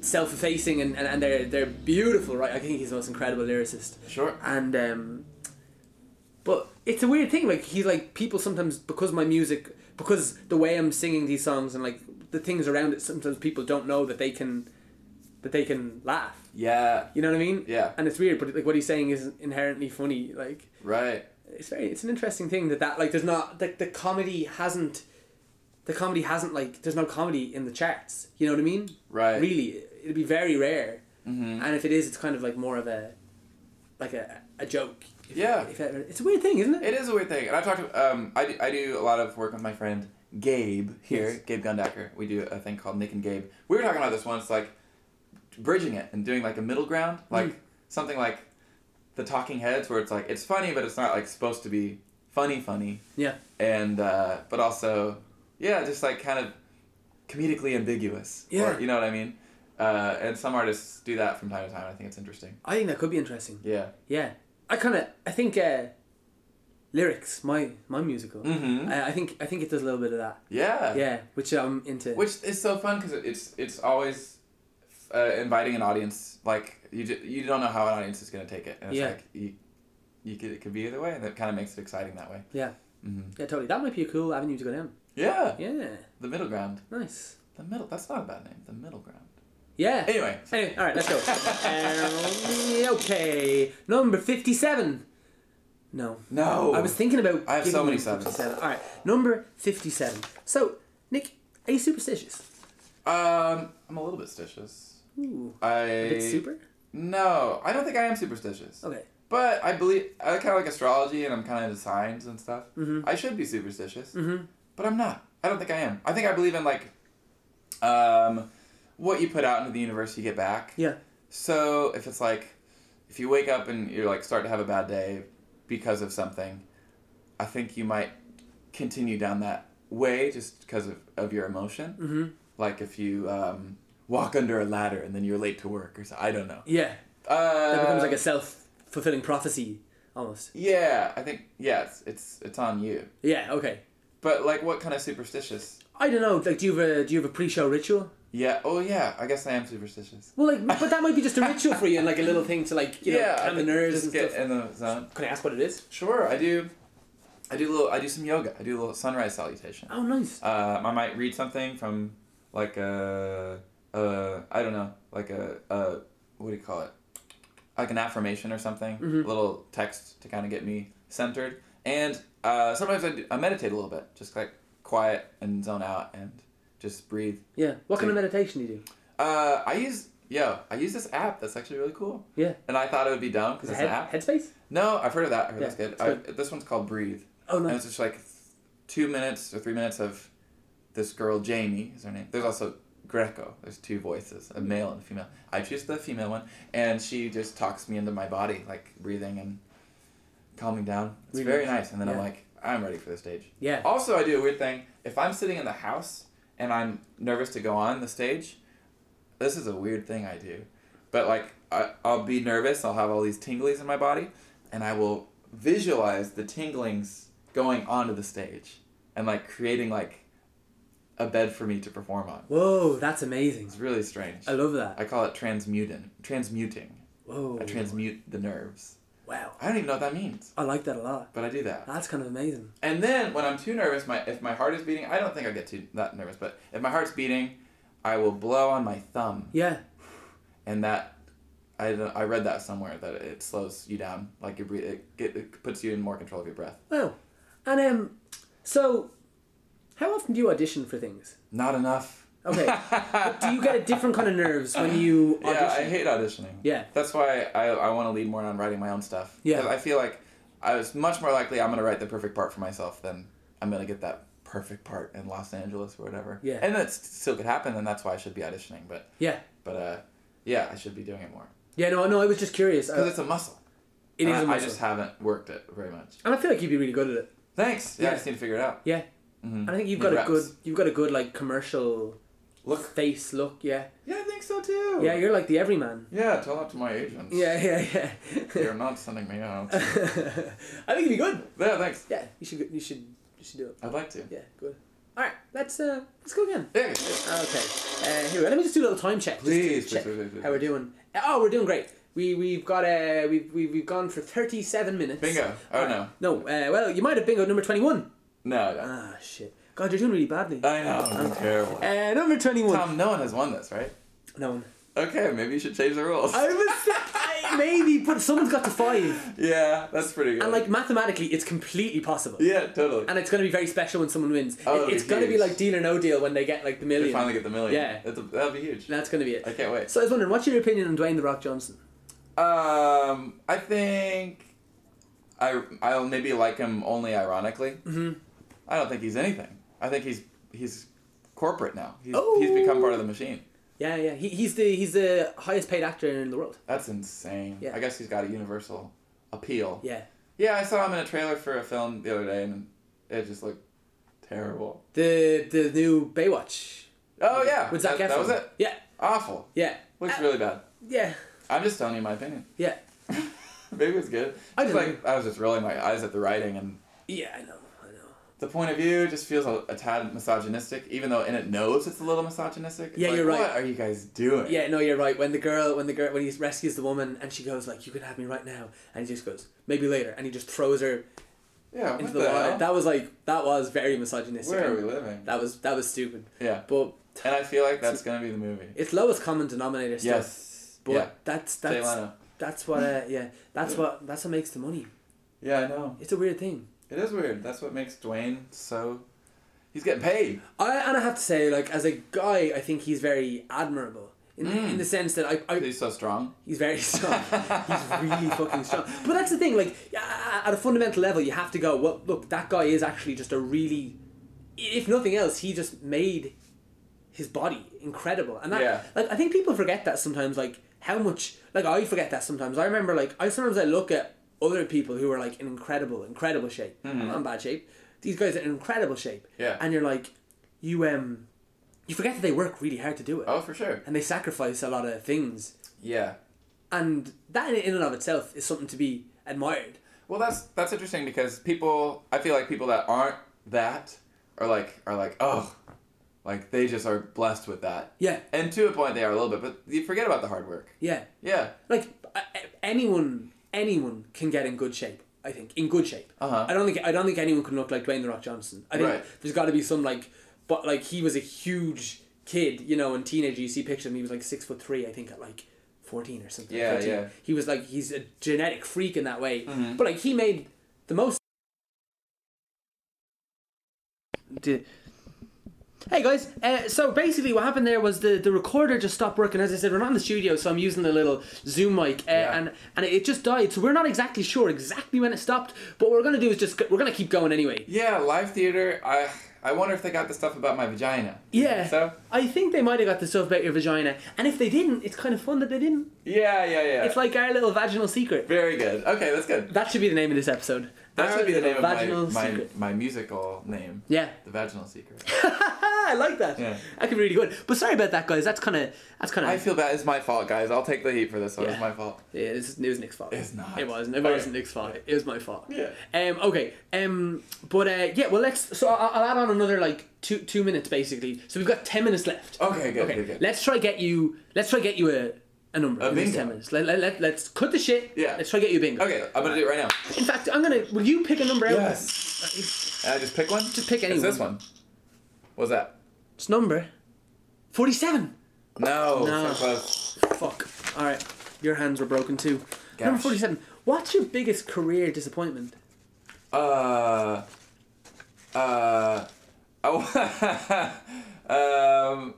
Speaker 1: self-effacing and, and, and they're they're beautiful. Right? I think he's the most incredible lyricist.
Speaker 3: Sure.
Speaker 1: And um, but it's a weird thing. Like he's like people sometimes because my music because the way I'm singing these songs and like the things around it. Sometimes people don't know that they can that they can laugh.
Speaker 3: Yeah.
Speaker 1: You know what I mean?
Speaker 3: Yeah.
Speaker 1: And it's weird, but like what he's saying is inherently funny. Like
Speaker 3: Right.
Speaker 1: it's very, it's an interesting thing that that like there's not like the comedy hasn't, the comedy hasn't like there's no comedy in the charts. You know what I mean?
Speaker 3: Right.
Speaker 1: Really, it'd be very rare. Mm-hmm. And if it is, it's kind of like more of a like a, a joke. If-
Speaker 3: Yeah.
Speaker 1: if ever- it's a weird thing, isn't it?
Speaker 3: It is a weird thing, and I've talked to um, I do, I do a lot of work with my friend Gabe here,
Speaker 1: Yes.
Speaker 3: Gabe Gundacker. We do a thing called Nick and Gabe. We were talking about this once, like bridging it and doing like a middle ground,
Speaker 1: Hmm.
Speaker 3: like something like the Talking Heads, where it's like it's funny, but it's not like supposed to be funny, funny,
Speaker 1: Yeah.
Speaker 3: and uh, but also yeah, just like kind of comedically ambiguous. or-
Speaker 1: Yeah.
Speaker 3: you know what I mean. Uh, and some artists do that from time to time. I think it's interesting.
Speaker 1: I think that could be interesting.
Speaker 3: Yeah.
Speaker 1: Yeah, I kind of I think uh, lyrics my my musical.
Speaker 3: Mhm.
Speaker 1: I, I think I think it does a little bit of that.
Speaker 3: Yeah.
Speaker 1: Yeah, which I'm into.
Speaker 3: which is so fun because it's it's always uh, inviting an audience like you ju- you don't know how an audience is gonna take it and it's
Speaker 1: Yeah.
Speaker 3: like you, you could it could be either way and that kind of makes it exciting that way
Speaker 1: yeah,
Speaker 3: Mhm.
Speaker 1: yeah, totally. That might be a cool avenue to go down.
Speaker 3: yeah,
Speaker 1: Yeah,
Speaker 3: the middle ground
Speaker 1: nice.
Speaker 3: the middle that's not a bad name the middle ground
Speaker 1: Yeah.
Speaker 3: anyway
Speaker 1: Anyway, all right, let's go. um, okay, number fifty-seven. No.
Speaker 3: no
Speaker 1: I was thinking about.
Speaker 3: Oh. I have
Speaker 1: giving
Speaker 3: so many
Speaker 1: you
Speaker 3: sevens.
Speaker 1: 57. All right, number fifty-seven. So, Nick, are you superstitious?
Speaker 3: um I'm a little bit stitious
Speaker 1: Ooh,
Speaker 3: I
Speaker 1: a bit super.
Speaker 3: no I don't think I am superstitious
Speaker 1: Okay.
Speaker 3: But I believe I kind of like astrology, and I'm kind of into signs and stuff.
Speaker 1: Mm-hmm.
Speaker 3: I should be superstitious, but I'm not. I don't think I am. I think I believe in like, um, what you put out into the universe, you get back.
Speaker 1: Yeah.
Speaker 3: So if it's like, if you wake up and you're like start to have a bad day because of something, I think you might continue down that way just because of, of your emotion. Mm-hmm. Like if you um, walk under a ladder and then you're late to work, or so, I don't know.
Speaker 1: Yeah.
Speaker 3: Uh,
Speaker 1: That becomes like a self fulfilling prophecy almost.
Speaker 3: Yeah, I think yeah, it's it's, it's on you.
Speaker 1: Yeah, okay.
Speaker 3: But like, what kind of superstitious?
Speaker 1: I don't know. Like, do you have a do you have a pre-show ritual?
Speaker 3: Yeah. Oh yeah. I guess I am superstitious.
Speaker 1: Well, like, but that might be just a ritual for you, and like a little thing to like you
Speaker 3: yeah.
Speaker 1: know
Speaker 3: I
Speaker 1: calm the
Speaker 3: think
Speaker 1: nerves
Speaker 3: just
Speaker 1: and
Speaker 3: get
Speaker 1: stuff.
Speaker 3: in the zone.
Speaker 1: Can I ask what it is?
Speaker 3: Sure. I do. I do a little. I do some yoga. I do a little sunrise salutation.
Speaker 1: Oh, nice.
Speaker 3: Um, I might read something from like a, a I don't know, like a, a what do you call it? Like an affirmation or something,
Speaker 1: Mm-hmm.
Speaker 3: a little text to kind of get me centered. And uh, sometimes I, do- I meditate a little bit, just like quiet and zone out and just breathe.
Speaker 1: Yeah. What kind of meditation do you do?
Speaker 3: Uh, I use yo, I use this app that's actually really cool.
Speaker 1: Yeah.
Speaker 3: And I thought it would be dumb because
Speaker 1: Is it
Speaker 3: it's an
Speaker 1: head,
Speaker 3: app.
Speaker 1: headspace?
Speaker 3: No, I've heard of that. I heard
Speaker 1: Yeah,
Speaker 3: that's good.
Speaker 1: it's good.
Speaker 3: I, this one's called Breathe.
Speaker 1: Oh,
Speaker 3: And
Speaker 1: nice.
Speaker 3: it's just like two minutes or three minutes of this girl, Jamie, is her name. There's also Greco. There's two voices, a male and a female. I choose the female one, and she just talks me into my body, like breathing and calming down. It's
Speaker 1: Really
Speaker 3: very
Speaker 1: nice.
Speaker 3: nice. And then I'm
Speaker 1: Yeah.
Speaker 3: like, I'm ready for the stage.
Speaker 1: Yeah.
Speaker 3: Also, I do a weird thing. If I'm sitting in the house and I'm nervous to go on the stage, this is a weird thing I do. But like, I, I'll be nervous. I'll have all these tinglies in my body, and I will visualize the tinglings going onto the stage and like creating like a bed for me to perform on.
Speaker 1: Whoa, that's amazing.
Speaker 3: It's really strange.
Speaker 1: I love that.
Speaker 3: I call it transmuting. Transmuting.
Speaker 1: Whoa.
Speaker 3: I transmute the nerves.
Speaker 1: wow.
Speaker 3: I don't even know what that means,
Speaker 1: I like that a lot.
Speaker 3: but I do that.
Speaker 1: That's kind of amazing.
Speaker 3: And then when I'm too nervous, my if my heart is beating, I don't think I get too that nervous, but if my heart's beating, I will blow on my thumb,
Speaker 1: Yeah.
Speaker 3: and that I don't- I read that somewhere that it slows you down, like your breathe, it, get, it puts you in more control of your breath.
Speaker 1: Wow. And um, so how often do you audition for things?
Speaker 3: Not enough.
Speaker 1: Okay. But do you get a different kind of nerves when you audition?
Speaker 3: Yeah, I hate auditioning.
Speaker 1: Yeah.
Speaker 3: That's why I, I want to lead more on writing my own stuff.
Speaker 1: Yeah.
Speaker 3: 'Cause I feel like I was much more likely I'm going to write the perfect part for myself than I'm going to get that perfect part in Los Angeles or whatever.
Speaker 1: Yeah.
Speaker 3: And that still could happen, and that's why I should be auditioning. But
Speaker 1: Yeah.
Speaker 3: but uh, yeah, I should be doing it more
Speaker 1: Yeah, no, no, I was just curious.
Speaker 3: because
Speaker 1: I,
Speaker 3: it's a muscle.
Speaker 1: Uh, it
Speaker 3: And
Speaker 1: is
Speaker 3: I-
Speaker 1: a
Speaker 3: I
Speaker 1: muscle.
Speaker 3: just haven't worked it very much.
Speaker 1: and I feel like you'd be really good at it.
Speaker 3: Thanks. Yeah,
Speaker 1: Yeah.
Speaker 3: I just need to figure it out. Mm-hmm.
Speaker 1: Yeah. And I think you've got
Speaker 3: Need
Speaker 1: a good
Speaker 3: reps.
Speaker 1: you've got a good like commercial
Speaker 3: Look. Oh.
Speaker 1: face look, yeah.
Speaker 3: Yeah, I think so too.
Speaker 1: Yeah, you're like the everyman.
Speaker 3: Yeah, tell that to my agents.
Speaker 1: Yeah, yeah, yeah.
Speaker 3: They're not sending me out.
Speaker 1: I think you'd be good.
Speaker 3: yeah, thanks.
Speaker 1: Yeah, you should you should you should do it.
Speaker 3: I'd like to.
Speaker 1: Yeah, good. All right, let's uh let's go again.
Speaker 3: Yeah, yeah.
Speaker 1: Okay. Uh, here, we go. let me just do a little time check. just to
Speaker 3: Please, please,
Speaker 1: check
Speaker 3: please, please, please.
Speaker 1: How we're doing? Uh, Oh, we're doing great. We we've got uh we've we've, we've gone for thirty seven minutes.
Speaker 3: Bingo. Oh,
Speaker 1: All
Speaker 3: no.
Speaker 1: No. Uh, well, you might have bingo number twenty one.
Speaker 3: No, I don't.
Speaker 1: Ah shit. God, you're doing really badly.
Speaker 3: I know. I'm terrible.
Speaker 1: Uh, number twenty one.
Speaker 3: Uh, Tom, no one has won this, right?
Speaker 1: No one.
Speaker 3: Okay, maybe you should change the rules.
Speaker 1: I was I, maybe, but someone's got to five,
Speaker 3: yeah, that's pretty good.
Speaker 1: and like mathematically, it's completely possible.
Speaker 3: yeah, totally.
Speaker 1: And it's going to be very special when someone wins.
Speaker 3: Oh,
Speaker 1: It-
Speaker 3: it'll
Speaker 1: it's
Speaker 3: be
Speaker 1: going to be
Speaker 3: huge.
Speaker 1: like deal or no deal when they get like the
Speaker 3: you
Speaker 1: million.
Speaker 3: finally get the million.
Speaker 1: Yeah.
Speaker 3: That's a, that'd be huge.
Speaker 1: That's going to be it.
Speaker 3: I can't wait.
Speaker 1: So I was wondering, what's your opinion on Dwayne the Rock Johnson?
Speaker 3: Um, I think I I'll maybe like him only ironically. Mm-hmm. I don't think he's anything. I think he's he's corporate now. He's, he's become part of the
Speaker 1: Oh.
Speaker 3: machine.
Speaker 1: Yeah, yeah. He, he's the he's the highest paid actor in the world.
Speaker 3: That's insane.
Speaker 1: Yeah.
Speaker 3: I guess he's got a universal appeal.
Speaker 1: Yeah.
Speaker 3: Yeah, I saw him in a trailer for a film the other day, and it just looked terrible.
Speaker 1: The the new Baywatch
Speaker 3: Oh yeah,
Speaker 1: with Zac
Speaker 3: that,
Speaker 1: Efron.
Speaker 3: that was it.
Speaker 1: Yeah,
Speaker 3: Awful.
Speaker 1: yeah.
Speaker 3: Looks
Speaker 1: Uh,
Speaker 3: really bad.
Speaker 1: Yeah,
Speaker 3: I'm just telling you my opinion.
Speaker 1: yeah,
Speaker 3: Maybe it's good.
Speaker 1: I
Speaker 3: It's
Speaker 1: didn't-
Speaker 3: like I was just rolling my eyes at the writing, and
Speaker 1: yeah. I know, I know.
Speaker 3: the point of view just feels a, a tad misogynistic, even though in it knows it's a little misogynistic. It's
Speaker 1: Yeah,
Speaker 3: like,
Speaker 1: you're right.
Speaker 3: What are you guys doing?
Speaker 1: Yeah, no, you're right. When the girl, when the girl, when he rescues the woman, and she goes like, "You can have me right now," and he just goes, "Maybe later," and he just throws her
Speaker 3: yeah. What
Speaker 1: into
Speaker 3: the,
Speaker 1: the, water.
Speaker 3: hell?
Speaker 1: That was like, that was very misogynistic.
Speaker 3: Where are we living?
Speaker 1: That was that was stupid.
Speaker 3: yeah,
Speaker 1: But
Speaker 3: and I feel like that's gonna be the movie.
Speaker 1: it's lowest common denominator stuff.
Speaker 3: Yes.
Speaker 1: But
Speaker 3: yeah.
Speaker 1: that's
Speaker 3: Jay
Speaker 1: that's
Speaker 3: Leno.
Speaker 1: that's what uh, yeah that's what that's what makes the money.
Speaker 3: Yeah, I know.
Speaker 1: It's a weird thing.
Speaker 3: It is weird. That's what makes Dwayne so. He's getting paid.
Speaker 1: I and I have to say, like as a guy, I think he's very admirable in, in the sense that I, I
Speaker 3: He's so strong.
Speaker 1: he's very strong. he's really fucking strong. But that's the thing, like a- at a fundamental level, you have to go. Well, look, that guy is actually just a really, if nothing else, he just made his body incredible, and that
Speaker 3: Yeah.
Speaker 1: like I think people forget that sometimes. Like how much, like I forget that sometimes. I remember, like I sometimes I look at other people who are like in incredible, incredible shape. I'm not in bad shape. These guys are in incredible shape.
Speaker 3: Mm-hmm. Yeah.
Speaker 1: and you're like, you um, you forget that they work really hard to do it,
Speaker 3: Oh, for sure.
Speaker 1: and they sacrifice a lot of things
Speaker 3: Yeah.
Speaker 1: and that in and of itself is something to be admired.
Speaker 3: Well, that's that's interesting because people, I feel like people that aren't that are like are like oh, like they just are blessed with that.
Speaker 1: Yeah,
Speaker 3: And to a point, they are a little bit, but you forget about the hard work.
Speaker 1: yeah.
Speaker 3: Yeah.
Speaker 1: Like a- a- anyone, anyone can get in good shape. I think in good shape.
Speaker 3: Uh-huh.
Speaker 1: I don't think I don't think anyone can look like Dwayne the Rock Johnson. I think
Speaker 3: Right.
Speaker 1: there's got to be some like, but like he was a huge kid, you know, in teenager. You see pictures of him. He was like six foot three, I think, at like fourteen or something.
Speaker 3: Yeah,
Speaker 1: 13.
Speaker 3: yeah. Mm-hmm.
Speaker 1: He was like he's a genetic freak in that way. But like he made the most.
Speaker 4: D- Hey guys, uh, so basically what happened there was the, the recorder just stopped working. As I said, we're not in the studio, so I'm using the little Zoom mic, uh,
Speaker 3: Yeah.
Speaker 4: and and it just died. So we're not exactly sure exactly when it stopped. But what we're gonna do is just go- we're gonna keep going anyway.
Speaker 3: Yeah, live theater. I I wonder if they got the stuff about my vagina.
Speaker 4: Yeah.
Speaker 3: So.
Speaker 4: I think they might have got the stuff about your vagina, and if they didn't, it's kind of fun that they didn't.
Speaker 3: Yeah, yeah, yeah.
Speaker 4: It's like our little vaginal secret.
Speaker 3: very good. Okay, that's good.
Speaker 4: That should be the name of this episode.
Speaker 3: That
Speaker 4: Our
Speaker 3: should be the
Speaker 4: little
Speaker 3: name of my,
Speaker 4: vaginal
Speaker 3: my,
Speaker 4: secret.
Speaker 3: my musical name.
Speaker 4: Yeah.
Speaker 3: The vaginal secret.
Speaker 4: Ah, I like that.
Speaker 3: Yeah.
Speaker 4: That could be really good. But sorry about that, guys. That's kind of that's kind of.
Speaker 3: I feel bad. It's my fault, guys. I'll take the heat for this one.
Speaker 4: Yeah.
Speaker 3: It's my fault.
Speaker 4: Yeah, this is, it was Nick's fault.
Speaker 3: It's not.
Speaker 4: It wasn't. It
Speaker 3: Okay.
Speaker 4: wasn't Nick's fault. It was my fault.
Speaker 3: Yeah.
Speaker 4: Um. Okay. Um. But uh. Yeah. Well, let's. So I'll, I'll add on another like two two minutes basically. So we've got ten minutes left.
Speaker 3: Okay, good, good, good.
Speaker 4: Let's try get you. Let's try get you a a number in these
Speaker 3: bingo.
Speaker 4: ten minutes. Let, let, let, let's cut the shit.
Speaker 3: Yeah.
Speaker 4: Let's try get you a bingo.
Speaker 3: Okay, I'm gonna do it right now.
Speaker 4: In fact, I'm gonna. Will you pick a number out?
Speaker 3: Yes. And I just pick one.
Speaker 4: Just pick any
Speaker 3: It's this
Speaker 4: one.
Speaker 3: one. What's that?
Speaker 4: It's number. Forty-seven.
Speaker 3: No.
Speaker 4: No.
Speaker 3: So close.
Speaker 4: Fuck. All right. Your hands were broken too. Number
Speaker 3: Gosh.
Speaker 4: forty-seven. What's your biggest career disappointment?
Speaker 3: Uh. Uh. Oh. um.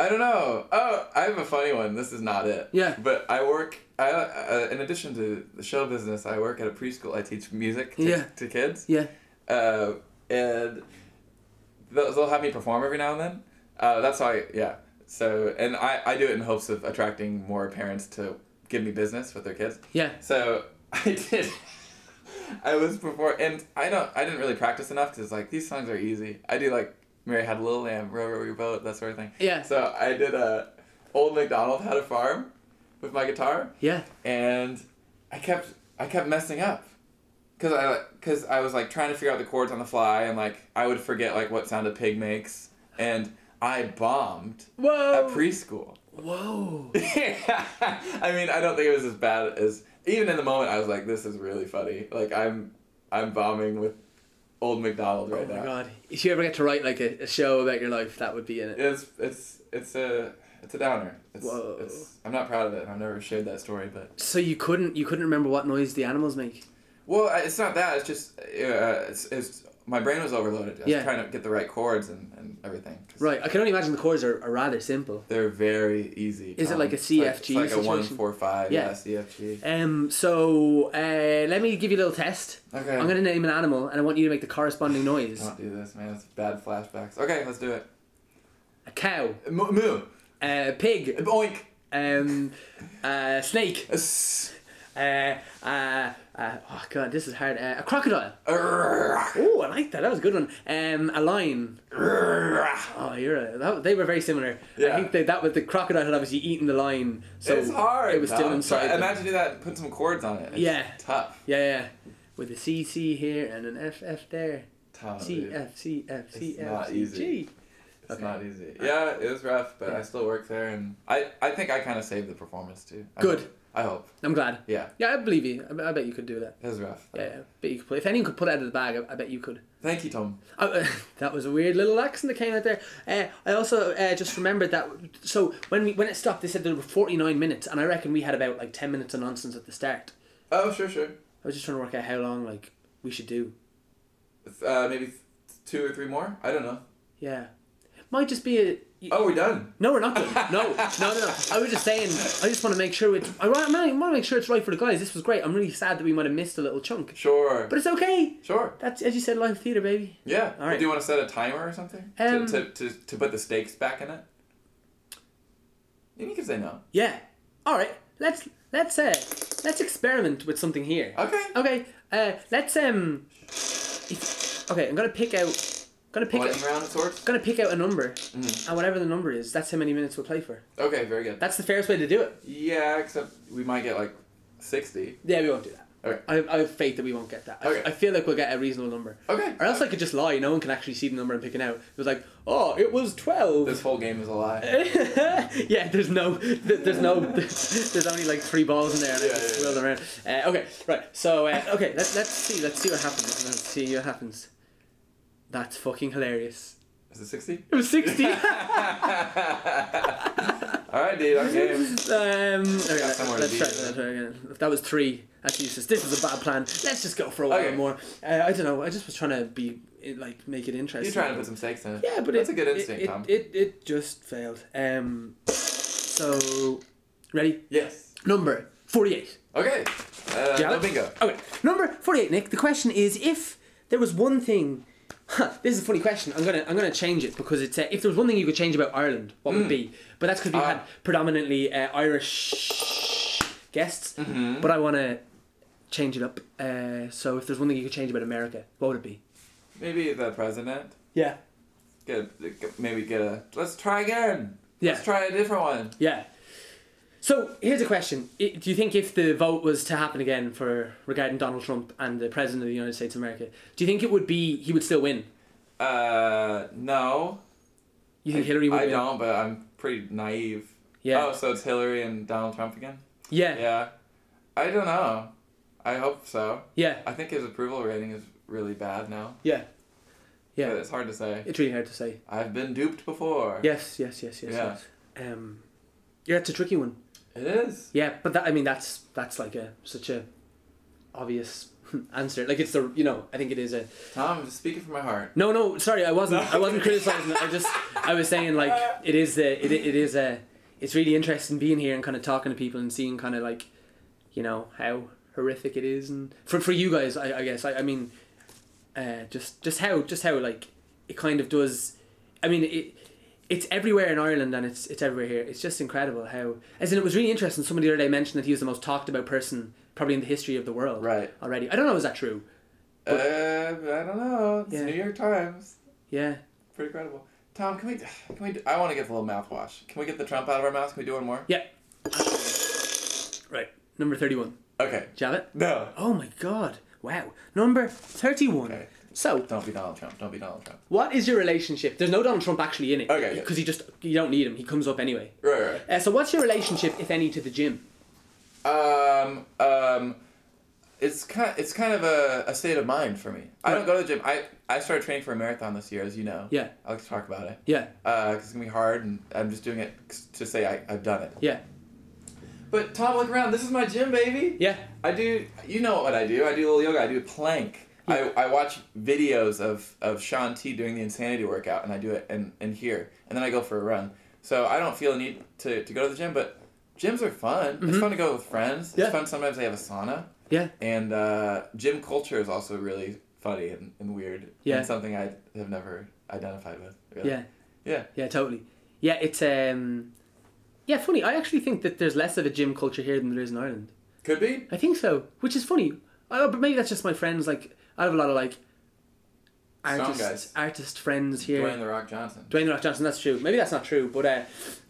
Speaker 3: I don't know. Oh, I have a funny one. This is not it.
Speaker 4: Yeah.
Speaker 3: But I work. I uh, in addition to the show business, I work at a preschool. I teach music to,
Speaker 4: Yeah.
Speaker 3: to kids.
Speaker 4: Yeah.
Speaker 3: uh, and they'll, they'll have me perform every now and then. Uh, that's how I, yeah. So, and I, I do it in hopes of attracting more parents to give me business with their kids.
Speaker 4: Yeah.
Speaker 3: So I did. I was before, and I don't. I didn't really practice enough because like these songs are easy. I do like Mary Had a Little Lamb, Row Row Your Boat, that sort of thing.
Speaker 4: Yeah.
Speaker 3: So I did a Old MacDonald Had a Farm with my guitar
Speaker 4: Yeah.
Speaker 3: and I kept I kept messing up because I because I was like trying to figure out the chords on the fly and like I would forget like what sound a pig makes and I bombed
Speaker 4: Whoa.
Speaker 3: at preschool.
Speaker 4: Whoa.
Speaker 3: I mean I don't think it was as bad as even in the moment I was like this is really funny like I'm I'm bombing with old McDonald right
Speaker 4: Oh my
Speaker 3: now.
Speaker 4: god! If you ever get to write like a, a show about your life, that would be in it.
Speaker 3: It's it's it's a it's a downer. It's,
Speaker 4: Whoa.
Speaker 3: it's I'm not proud of it. and I've never shared that story, but
Speaker 4: So you couldn't you couldn't remember what noise the animals make.
Speaker 3: Well, I- it's not that. It's just uh, it's, it's my brain was overloaded. I was
Speaker 1: Yeah.
Speaker 3: trying to get the right chords and, and everything. 'Cause
Speaker 1: Right, I can only imagine the chords are, are rather simple.
Speaker 3: They're very easy.
Speaker 1: Is it
Speaker 3: um,
Speaker 1: like a
Speaker 3: it's like-
Speaker 1: CFG
Speaker 3: It's like a
Speaker 1: situation?
Speaker 3: one four five.
Speaker 1: Yeah.
Speaker 3: Yeah, CFG.
Speaker 1: Um, so uh, let me give you a little test.
Speaker 3: Okay.
Speaker 1: I'm gonna name an animal, and I want you to make the corresponding noise.
Speaker 3: Don't do this, man. It's bad flashbacks. Okay, let's do it.
Speaker 1: A cow,
Speaker 3: Moo. moo.
Speaker 1: a pig,
Speaker 3: Oink.
Speaker 1: um, a snake,
Speaker 3: S-
Speaker 1: uh, uh, uh, oh god, this is hard. Uh, a crocodile.
Speaker 3: Arrgh.
Speaker 1: Oh, I like that. That was a good one. Um, a lion. Oh, you're a, that, they were very similar. I
Speaker 3: Yeah.
Speaker 1: think that that was the crocodile had obviously eaten the lion, so
Speaker 3: it's hard.
Speaker 1: It was still
Speaker 3: Tom.
Speaker 1: inside. them.
Speaker 3: Imagine do that. and Put some chords on it. It's
Speaker 1: Yeah.
Speaker 3: Tough.
Speaker 1: Yeah, yeah. With a CC here and an FF there.
Speaker 3: Tough. dude.
Speaker 1: CF, CF,
Speaker 3: It's
Speaker 1: CF,
Speaker 3: not easy. It's
Speaker 1: Okay.
Speaker 3: not easy. Yeah, it was rough, but I still work there, and I, I think I kind of saved the performance too. I
Speaker 1: Good.
Speaker 3: hope- I hope.
Speaker 1: I'm glad.
Speaker 3: Yeah,
Speaker 1: Yeah, I believe you. I, I bet you could do that.
Speaker 3: it was rough.
Speaker 1: Yeah, yeah. bet you could. Pull, if anyone could pull it out of the bag, I, I bet you could.
Speaker 3: Thank you, Tom.
Speaker 1: Oh, uh, that was a weird little accent that came out there. Uh, I also uh, just remembered that. So when we when it stopped, they said there were forty nine minutes, and I reckon we had about like ten minutes of nonsense at the start.
Speaker 3: Oh, sure, sure.
Speaker 1: I was just trying to work out how long like we should do.
Speaker 3: Uh, maybe th- two or three more. I don't know.
Speaker 1: Yeah, might just be a.
Speaker 3: Oh, we're done.
Speaker 1: No, we're not good. No, no, no, no. I was just saying. I just want to make sure it's. I want to make sure it's right for the guys. This was great. I'm really sad that we might have missed a little chunk,
Speaker 3: Sure.
Speaker 1: but it's okay.
Speaker 3: sure.
Speaker 1: That's as you said, live theater, baby.
Speaker 3: Yeah.
Speaker 1: All right.
Speaker 3: Do you want to set a timer or something
Speaker 1: Um,
Speaker 3: to, to, to, to put the stakes back in it? Maybe you can say no.
Speaker 1: Yeah. All right. Let's let's uh let's experiment with something here.
Speaker 3: Okay.
Speaker 1: Okay. Uh, let's um. If, okay, I'm gonna pick out. Gonna pick.
Speaker 3: Lightning
Speaker 1: Out,
Speaker 3: round of sorts.
Speaker 1: gonna pick out a number, and whatever the number is, that's how many minutes we'll play for.
Speaker 3: Okay, very good.
Speaker 1: That's the fairest way to do it.
Speaker 3: Yeah, except we might get like sixty.
Speaker 1: Yeah, we won't do that.
Speaker 3: Okay.
Speaker 1: I have, I have faith that we won't get that. I,
Speaker 3: Okay.
Speaker 1: I feel like we'll get a reasonable number.
Speaker 3: Okay.
Speaker 1: Or else I could just lie. No one can actually see the number I'm picking out. It was like, oh, it was twelve.
Speaker 3: This whole game is a lie.
Speaker 1: yeah, there's no, th- there's no, there's only like three balls in there, and I
Speaker 3: Yeah,
Speaker 1: just
Speaker 3: yeah,
Speaker 1: wheel them around. Uh, okay, right. So uh, okay, let's let's see, let's see what happens. Let's see what happens. That's fucking hilarious.
Speaker 3: Is it sixty?
Speaker 1: It was sixty. um,
Speaker 3: All right, dude. I'm game.
Speaker 1: Um, okay,
Speaker 3: Got
Speaker 1: let's,
Speaker 3: somewhere to
Speaker 1: let's
Speaker 3: be,
Speaker 1: try
Speaker 3: yeah.
Speaker 1: that again. If that was three, that's useless. This is a bad plan. Let's just go for a while
Speaker 3: Okay.
Speaker 1: more. Uh, I don't know. I just was trying to be eh, like make it interesting.
Speaker 3: You're trying to put some stakes in it.
Speaker 1: Yeah, but
Speaker 3: that's
Speaker 1: it,
Speaker 3: a good
Speaker 1: it-
Speaker 3: instinct,
Speaker 1: it,
Speaker 3: Tom.
Speaker 1: It, it just failed. Um, so ready
Speaker 3: yes.
Speaker 1: number forty eight.
Speaker 3: Okay. Uh,
Speaker 1: Yeah.
Speaker 3: no bingo.
Speaker 1: Okay, number forty-eight, Nick. The question is, if there was one thing, huh, this is a funny question. I'm gonna I'm gonna change it because it's uh, if there was one thing you could change about Ireland, what would it be? But that's because we had
Speaker 3: Mm. Ah.
Speaker 1: predominantly uh, Irish guests.
Speaker 3: Mm-hmm.
Speaker 1: But I want to change it up. Uh, so if there's one thing you could change about America, what would it be?
Speaker 3: Maybe the president.
Speaker 1: Yeah.
Speaker 3: Get maybe get a. Let's try again.
Speaker 1: Yeah.
Speaker 3: Let's try a different one.
Speaker 1: Yeah. So here's a question: I- Do you think if the vote was to happen again for regarding Donald Trump and the president of the United States of America, do you think it would be he would still win?
Speaker 3: Uh, no.
Speaker 1: You think Hillary would
Speaker 3: I
Speaker 1: win?
Speaker 3: don't, but I'm pretty naive.
Speaker 1: Yeah.
Speaker 3: Oh, so it's Hillary and Donald Trump again?
Speaker 1: Yeah, yeah.
Speaker 3: Yeah. I don't know. I hope so. I think his approval rating is really bad now.
Speaker 1: Yeah.
Speaker 3: But
Speaker 1: Yeah.
Speaker 3: it's hard to say.
Speaker 1: It's really hard to say.
Speaker 3: I've been duped before.
Speaker 1: Yes, yes, yes, yes,
Speaker 3: Yeah.
Speaker 1: yes. Um Yeah, it's a tricky one.
Speaker 3: It is.
Speaker 1: Yeah, but that I mean that's that's like a such a obvious answer. Like it's the you know, I think it is a
Speaker 3: Tom, just speaking from my heart.
Speaker 1: No, no, sorry, I wasn't I wasn't criticizing it. I just I was saying like it is a it, it is a it's really interesting being here and kind of talking to people and seeing kind of like you know how horrific it is and for for you guys I, I guess I, I mean uh, just just how just how like it kind of does I mean it it's everywhere in Ireland and it's it's everywhere here it's just incredible how as in it was really interesting somebody the other day mentioned that he was the most talked about person probably in the history of the world
Speaker 3: Right.
Speaker 1: already I don't know is that true
Speaker 3: Uh, I don't know. It's
Speaker 1: Yeah.
Speaker 3: New York Times.
Speaker 1: yeah
Speaker 3: Pretty credible. Tom, can we? Can we? do- I want to get a little mouthwash. Can we get the Trump out of our mouths? Can we do one more?
Speaker 1: yeah right number thirty one.
Speaker 3: Okay.
Speaker 1: Javet?
Speaker 3: No.
Speaker 1: Oh my god. Wow. Number 31.
Speaker 3: Okay.
Speaker 1: So,
Speaker 3: Don't be Donald Trump. Don't be Donald Trump.
Speaker 1: what is your relationship? There's no Donald Trump actually in it.
Speaker 3: Okay, yeah.
Speaker 1: Because he just, you don't need him. He comes up anyway.
Speaker 3: Right, right.
Speaker 1: Uh, so, what's your relationship, if any, to the gym?
Speaker 3: Um, um, it's kind it's kind of a, a state of mind for me. I don't
Speaker 1: Right.
Speaker 3: go to the gym. I, I started training for a marathon this year, as you know.
Speaker 1: Yeah.
Speaker 3: I like to talk about it.
Speaker 1: Yeah.
Speaker 3: Uh, 'cause it's gonna be hard, and I'm just doing it to say I, I've done it.
Speaker 1: Yeah.
Speaker 3: But Tom, look around. This is my gym, baby.
Speaker 1: Yeah.
Speaker 3: I do. You know what I do? I do a little yoga. I do plank. I, I watch videos of, of Sean T doing the insanity workout and I do it and, and here and then I go for a run. So I don't feel a need to, to go to the gym, but gyms are fun. It's fun to go with friends.
Speaker 1: Mm-hmm. Yeah.
Speaker 3: It's fun sometimes they have a sauna.
Speaker 1: Yeah.
Speaker 3: And uh, gym culture is also really funny and, and weird.
Speaker 1: Yeah.
Speaker 3: And something I have never identified with. Really.
Speaker 1: Yeah.
Speaker 3: Yeah.
Speaker 1: Yeah, totally. Yeah, it's um yeah, funny. I actually think that there's less of a gym culture here than there is in Ireland.
Speaker 3: Could be.
Speaker 1: I think so, which is funny. I, but maybe that's just my friends. Like I have a lot of like
Speaker 3: Strong
Speaker 1: artist
Speaker 3: guys.
Speaker 1: artist friends here.
Speaker 3: Dwayne The Rock Johnson.
Speaker 1: Dwayne The Rock Johnson. That's true. Maybe that's not true, but uh,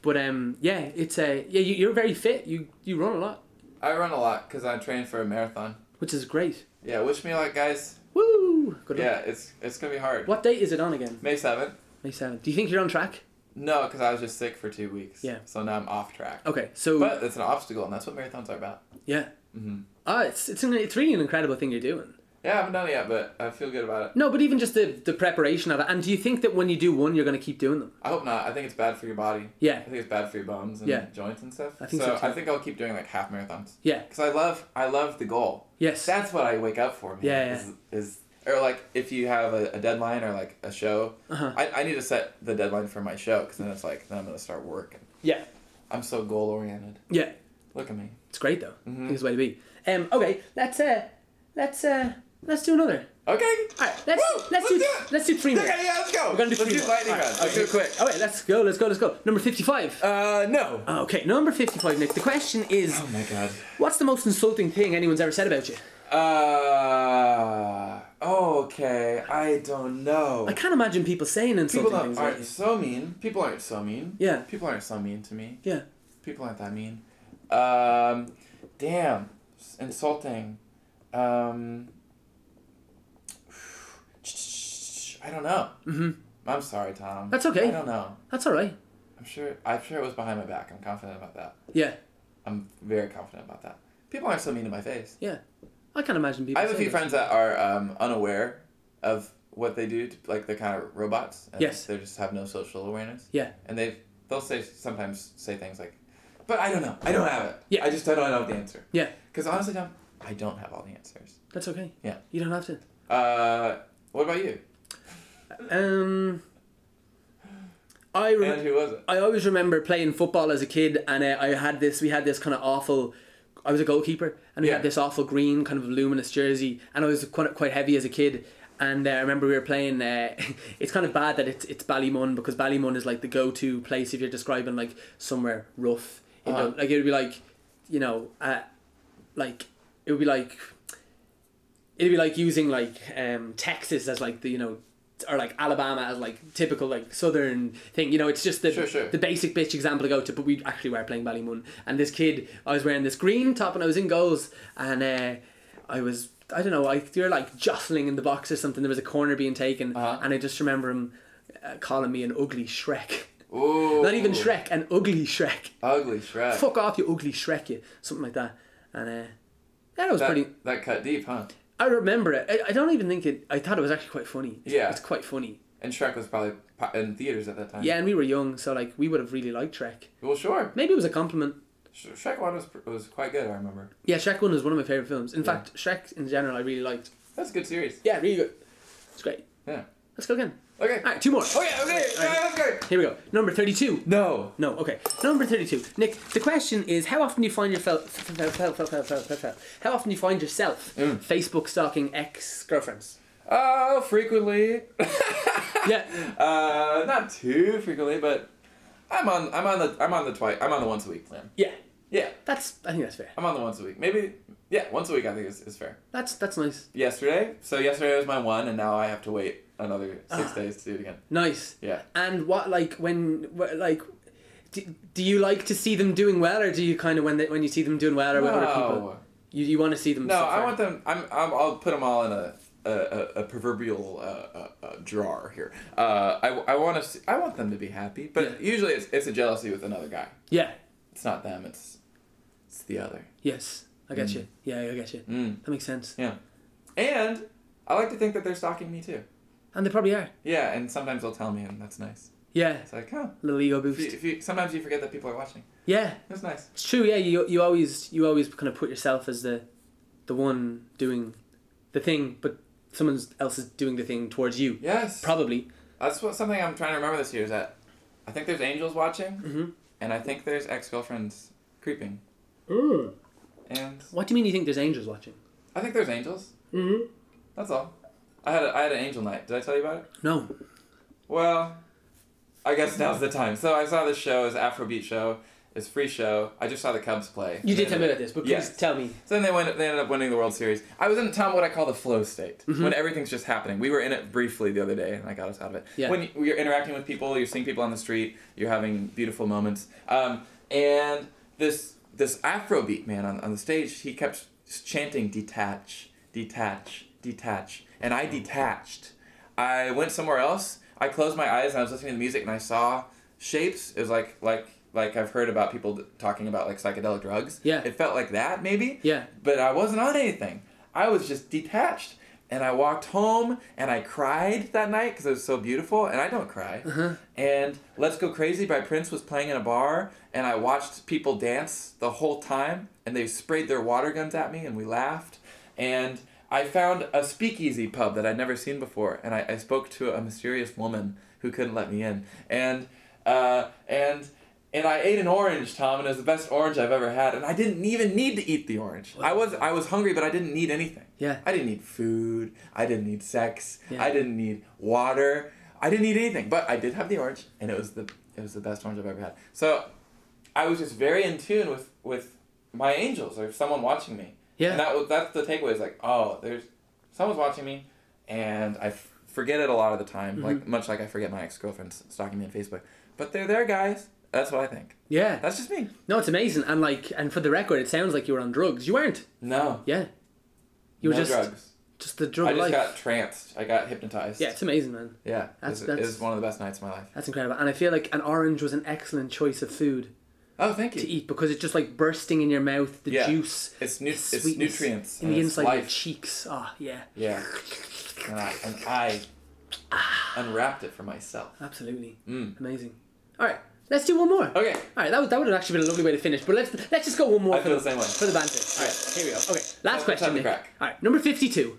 Speaker 1: but um, yeah, it's uh, yeah. You, you're very fit. You you run a lot,
Speaker 3: I run a lot because I train for a marathon.
Speaker 1: which is great.
Speaker 3: Yeah, wish me luck, guys.
Speaker 1: Woo! Good luck.
Speaker 3: Yeah, it's it's gonna be hard.
Speaker 1: What date is it on again?
Speaker 3: May seventh.
Speaker 1: May seventh. Do you think you're on track?
Speaker 3: No, because I was just sick for two weeks.
Speaker 1: Yeah.
Speaker 3: So now I'm off track.
Speaker 1: Okay, so
Speaker 3: But Mm-hmm. it's an obstacle, and that's what marathons are about.
Speaker 1: yeah. Ah, it's it's, an, it's really an incredible thing you're doing.
Speaker 3: Yeah, I haven't done it yet, but I feel good about it.
Speaker 1: No, but even just the the preparation of it. And do you think that when you do one, you're going to keep doing them?
Speaker 3: I hope not. I think it's bad for your body.
Speaker 1: Yeah.
Speaker 3: I think it's bad for your bones and
Speaker 1: Yeah.
Speaker 3: joints and stuff.
Speaker 1: I think so, too.
Speaker 3: I think I'll keep doing like half marathons.
Speaker 1: Yeah.
Speaker 3: Because I love, I love the goal.
Speaker 1: Yes.
Speaker 3: That's what I wake up for. Man,
Speaker 1: Yeah, yeah.
Speaker 3: Is, is or like if you have a, a deadline or like a show,
Speaker 1: Uh-huh.
Speaker 3: I, I need to set the deadline for my show because then it's like then I'm gonna start work.
Speaker 1: yeah.
Speaker 3: I'm so goal oriented.
Speaker 1: Yeah.
Speaker 3: Look at me.
Speaker 1: It's great though. I
Speaker 3: Mm-hmm.
Speaker 1: think it's the way to be. Um. Okay. Let's uh. Let's uh. Let's do another.
Speaker 3: Okay.
Speaker 1: Alright, let's
Speaker 3: Woo!
Speaker 1: let's do
Speaker 3: Let's do it.
Speaker 1: let's do three more.
Speaker 3: Okay, yeah, let's go.
Speaker 1: We're gonna do
Speaker 3: let's
Speaker 1: three
Speaker 3: do
Speaker 1: more.
Speaker 3: lightning
Speaker 1: Alright,
Speaker 3: round. Let's do it quick.
Speaker 1: All right, let's go, let's go, let's go. Number fifty-five.
Speaker 3: Uh, no.
Speaker 1: okay, number fifty-five, Nick. The question is,
Speaker 3: Oh my god.
Speaker 1: what's the most insulting thing anyone's ever said about you?
Speaker 3: Uh, okay. I don't know.
Speaker 1: I can't imagine people saying insulting
Speaker 3: People don't-
Speaker 1: things. about
Speaker 3: aren't
Speaker 1: you.
Speaker 3: so mean. People aren't so mean.
Speaker 1: Yeah.
Speaker 3: People aren't so mean to me.
Speaker 1: Yeah.
Speaker 3: People aren't that mean. Um, damn, s- insulting. Um, I don't know. Mm-hmm. I'm sorry, Tom.
Speaker 1: That's okay.
Speaker 3: I don't know.
Speaker 1: That's all right.
Speaker 3: I'm sure. I'm sure it was behind my back. I'm confident about that.
Speaker 1: Yeah.
Speaker 3: I'm very confident about that. People aren't so mean to my face.
Speaker 1: Yeah. I can't imagine people.
Speaker 3: I have a
Speaker 1: saying
Speaker 3: few
Speaker 1: that.
Speaker 3: friends that are um, unaware of what they do, to, like they're kind of robots. And
Speaker 1: Yes.
Speaker 3: They just have no social awareness.
Speaker 1: Yeah.
Speaker 3: And they they'll say sometimes say things like, "But I don't know. I don't have it.
Speaker 1: Yeah.
Speaker 3: I just I don't know the answer."
Speaker 1: Yeah.
Speaker 3: Because honestly, Tom, I don't have all the answers.
Speaker 1: That's okay.
Speaker 3: Yeah.
Speaker 1: You don't have to.
Speaker 3: Uh, what about you?
Speaker 1: Um. I re-
Speaker 3: And who was it?
Speaker 1: I always remember playing football as a kid, and uh, I had this. We had this kind of awful. I was a goalkeeper, and we
Speaker 3: Yeah.
Speaker 1: had this awful green, kind of luminous jersey, and I was quite quite heavy as a kid. And uh, I remember we were playing. Uh, it's kind of bad that it's it's Ballymun because Ballymun is like the go to place if you're describing like somewhere rough. You know, like it would be like, you know, uh, like it would be like it'd be like using like um, Texas as like the you know or like Alabama as like typical like southern thing. You know, it's just the
Speaker 3: Sure, sure.
Speaker 1: the basic bitch example to go to. But we actually were playing Ballymun, and this kid, I was wearing this green top, and I was in goals, and uh, I was. I don't know. I they were like jostling in the box or something. There was a corner being taken,
Speaker 3: Uh-huh.
Speaker 1: and I just remember him uh, calling me an ugly Shrek.
Speaker 3: Ooh.
Speaker 1: Not even Shrek, an ugly Shrek.
Speaker 3: Ugly Shrek.
Speaker 1: Fuck off, you ugly Shrek, you something like that. And uh, yeah, that was
Speaker 3: That,
Speaker 1: pretty.
Speaker 3: that cut deep, huh?
Speaker 1: I remember it. I, I don't even think it. I thought it was actually quite funny. It's,
Speaker 3: Yeah.
Speaker 1: it's quite funny.
Speaker 3: And Shrek was probably po- in theaters at that time.
Speaker 1: Yeah, and we were young, so like we would have really liked Shrek.
Speaker 3: Well, sure.
Speaker 1: Maybe it was a compliment.
Speaker 3: Sh- Shrek one was pr- was quite good. I remember.
Speaker 1: Yeah, Shrek One was one of my favorite films. In fact, Shrek in general, I really liked.
Speaker 3: That's a good series.
Speaker 1: Yeah, really good. It's great.
Speaker 3: Yeah.
Speaker 1: Let's go again.
Speaker 3: Okay.
Speaker 1: All right, two more. Oh,
Speaker 3: Okay. Okay. Yeah, okay.
Speaker 1: Here we go. Number thirty-two.
Speaker 3: No.
Speaker 1: No, okay. Number thirty-two. Nick, the question is: How often do you find yourself? How often do you find yourself Facebook stalking ex girlfriends?
Speaker 3: Uh, frequently.
Speaker 1: Yeah,
Speaker 3: Uh, not too frequently, but I'm on. I'm on the. I'm on the twice. I'm on the once a week plan.
Speaker 1: yeah.
Speaker 3: Yeah,
Speaker 1: That's. I think that's fair.
Speaker 3: I'm on the once a week. Maybe. Yeah, once a week. I think is, is fair.
Speaker 1: That's that's nice.
Speaker 3: Yesterday. So yesterday was my one, and now I have to wait another
Speaker 1: Ah.
Speaker 3: six days to do it again.
Speaker 1: Nice.
Speaker 3: Yeah.
Speaker 1: And what like when wh- like do, do you like to see them doing well or do you kind of when they, when you see them doing well or with other people
Speaker 3: No.
Speaker 1: you, you want to see them
Speaker 3: No,
Speaker 1: suffer?
Speaker 3: I want them. I'm. I'm I'll put them all in a. A, a, a proverbial uh, uh, uh, drawer here. Uh, I, I want to. I want them to be happy, but
Speaker 1: Yeah.
Speaker 3: usually it's, it's a jealousy with another guy.
Speaker 1: Yeah.
Speaker 3: It's not them. It's it's the other.
Speaker 1: Yes. I get you. Yeah, I get you.
Speaker 3: Mm.
Speaker 1: That makes sense.
Speaker 3: Yeah, and I like to think that they're stalking me too.
Speaker 1: And they probably are.
Speaker 3: Yeah, and sometimes they'll tell me, and that's nice.
Speaker 1: Yeah.
Speaker 3: It's like, huh.
Speaker 1: Little ego
Speaker 3: If you,
Speaker 1: boost.
Speaker 3: if you, sometimes you forget that people are watching.
Speaker 1: Yeah.
Speaker 3: That's nice.
Speaker 1: It's true. Yeah, you you always you always kind of put yourself as the the one doing the thing, but someone else is doing the thing towards you.
Speaker 3: Yes.
Speaker 1: Probably.
Speaker 3: That's what something I'm trying to remember this year is that I think there's angels watching, and I think there's ex girlfriends creeping, Mm. and
Speaker 1: What do you mean you think there's angels watching?
Speaker 3: I think there's angels. Mm-hmm. That's all. I had a, I had an angel night. Did I tell you about it?
Speaker 1: No.
Speaker 3: Well, I guess now's the time. So I saw this show. It's an Afrobeat show. It's a free show. I just saw the Cubs play.
Speaker 1: You did
Speaker 3: And-
Speaker 1: tell me about this, but please
Speaker 3: Yes.
Speaker 1: tell me.
Speaker 3: So then they went. They ended up winning the World Series. I was in Tom what I call the flow state,
Speaker 1: Mm-hmm.
Speaker 3: when everything's just happening. We were in it briefly the other day, and I got us out of it.
Speaker 1: Yeah.
Speaker 3: When you're interacting with people, you're seeing people on the street, you're having beautiful moments. Um, and this this Afrobeat man on, on the stage, he kept chanting "detach, detach, detach," and I detached. I went somewhere else. I closed my eyes and I was listening to the music, and I saw shapes. It was like like like I've heard about people d- talking about like psychedelic drugs.
Speaker 1: Yeah.
Speaker 3: It felt like that maybe
Speaker 1: Yeah.
Speaker 3: but I wasn't on anything. I was just detached. And I walked home and I cried that night because it was so beautiful, and I don't cry. And Let's Go Crazy by Prince was playing in a bar, and I watched people dance the whole time, and they sprayed their water guns at me, and we laughed. And I found a speakeasy pub that I'd never seen before, and I, I spoke to a mysterious woman who couldn't let me in. And, uh, and, and I ate an orange, Tom, and it was the best orange I've ever had. And I didn't even need to eat the orange. I was I was hungry, but I didn't need anything.
Speaker 1: Yeah.
Speaker 3: I didn't need food. I didn't need sex.
Speaker 1: Yeah.
Speaker 3: I didn't need water. I didn't need anything. But I did have the orange, and it was the it was the best orange I've ever had. So, I was just very in tune with with my angels or someone watching me.
Speaker 1: Yeah.
Speaker 3: And that was that's the takeaway is like oh there's someone's watching me, and I f- forget it a lot of the time.
Speaker 1: Mm-hmm.
Speaker 3: Like much like I forget my ex girlfriend's stalking me on Facebook, but they're there, guys. That's what I think.
Speaker 1: Yeah.
Speaker 3: That's just me.
Speaker 1: no, it's amazing. And like, and for the record, it sounds like you were on drugs. You weren't.
Speaker 3: No.
Speaker 1: Yeah. You were
Speaker 3: no
Speaker 1: just
Speaker 3: drugs.
Speaker 1: just the drug
Speaker 3: I just
Speaker 1: life.
Speaker 3: got tranced. I got hypnotized.
Speaker 1: yeah, it's amazing, man.
Speaker 3: Yeah. It
Speaker 1: That's-
Speaker 3: was- it
Speaker 1: that's-
Speaker 3: was one of the best nights of my life.
Speaker 1: That's incredible. And I feel like an orange was an excellent choice of food
Speaker 3: Oh, thank
Speaker 1: to
Speaker 3: you.
Speaker 1: eat because it's just like bursting in your mouth, the
Speaker 3: Yeah.
Speaker 1: juice,
Speaker 3: It's nu-
Speaker 1: the
Speaker 3: it's
Speaker 1: sweetness
Speaker 3: nutrients
Speaker 1: in
Speaker 3: and
Speaker 1: the
Speaker 3: it's
Speaker 1: inside of your
Speaker 3: life.
Speaker 1: cheeks. Ah, yeah,
Speaker 3: Yeah. And I, and I unwrapped it for myself.
Speaker 1: absolutely,
Speaker 3: Mm.
Speaker 1: amazing. All right, let's do one more. All
Speaker 3: Okay.
Speaker 1: right, that would, that would have actually been a lovely way to finish, but let's let's just go one more
Speaker 3: I
Speaker 1: for
Speaker 3: feel
Speaker 1: the,
Speaker 3: the same way.
Speaker 1: for the banter. All right, here we go. Okay, last
Speaker 3: Time-
Speaker 1: question.
Speaker 3: time
Speaker 1: Nick.
Speaker 3: to crack.
Speaker 1: All right, number fifty-two.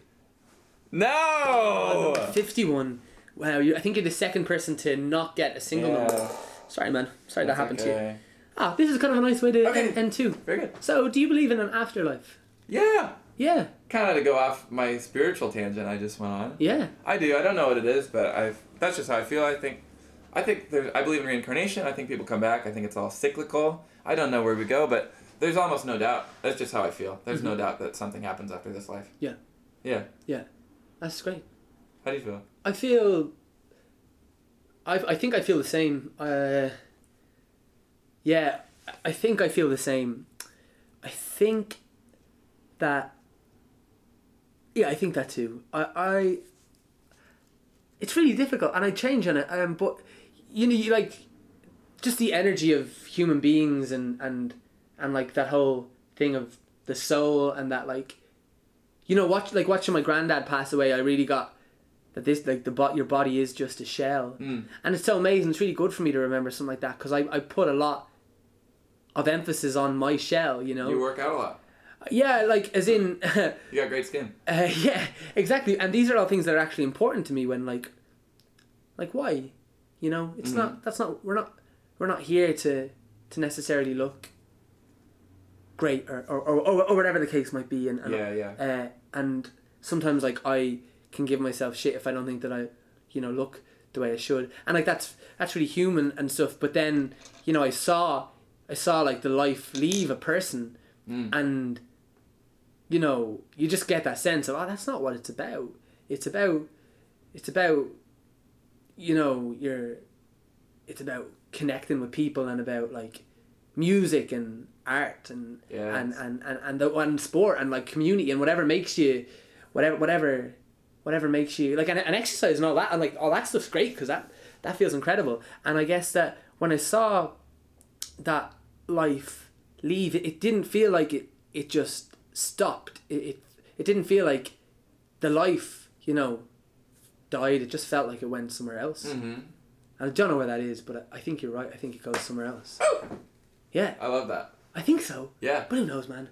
Speaker 1: Oh,
Speaker 3: No.
Speaker 1: Fifty-one. Wow, you, I think you're the second person to not get a single number.
Speaker 3: Yeah.
Speaker 1: Sorry, man. Sorry that happened to you.
Speaker 3: Okay.
Speaker 1: Ah, this is kind of a nice way to
Speaker 3: Okay.
Speaker 1: end, end too.
Speaker 3: Very good.
Speaker 1: So, do you believe in an afterlife?
Speaker 3: Yeah.
Speaker 1: Yeah,
Speaker 3: Kind of to go off my spiritual tangent I just went on.
Speaker 1: yeah.
Speaker 3: I do. I don't know what it is, but I that's just how I feel. I think I think there's I believe in reincarnation. I think people come back. I think it's all cyclical. I don't know where we go, but there's almost no doubt. That's just how I feel. There's
Speaker 1: Mm-hmm.
Speaker 3: no doubt that something happens after this life.
Speaker 1: Yeah.
Speaker 3: Yeah.
Speaker 1: That's great.
Speaker 3: How do you feel?
Speaker 1: I feel. I I think I feel the same. Uh, yeah, I think I feel the same. I think that. Yeah, I think that too. I I. It's really difficult, and I change on it. Um, but you know, you like, just the energy of human beings, and and and like that whole thing of the soul, and that like, you know, watch like watching my granddad pass away. I really got that this like the bo- your body is just a shell and it's so amazing it's really good for me to remember something like that because I, I put a lot of emphasis on my shell you know
Speaker 3: You work out a lot.
Speaker 1: yeah like as in uh,
Speaker 3: You got great skin.
Speaker 1: yeah exactly and these are all things that are actually important to me when like like why you know
Speaker 3: Mm.
Speaker 1: it's not that's not we're not we're not here to to necessarily look great or or, or, or, or whatever the case might be and, and
Speaker 3: Yeah, yeah.
Speaker 1: uh, and sometimes like I can give myself shit if I don't think that I, you know, look the way I should, and like that's that's really human and stuff. But then you know I saw I saw like the life leave a person,
Speaker 3: Mm.
Speaker 1: and you know you just get that sense of oh that's not what it's about. It's about it's about you know your it's about connecting with people and about like music and art and
Speaker 3: Yeah.
Speaker 1: and and and and, the, and sport and like community and whatever makes you whatever whatever whatever makes you like an, an exercise and all that and like all that stuff's great because that that feels incredible and i guess that when i saw that life leave it, it didn't feel like it it just stopped it, it it didn't feel like the life you know died it just felt like it went somewhere else
Speaker 3: Mm-hmm.
Speaker 1: I don't know where that is, but I I think you're right. I think it goes somewhere else. Yeah,
Speaker 3: I love that.
Speaker 1: I think so.
Speaker 3: Yeah.
Speaker 1: But who knows, man?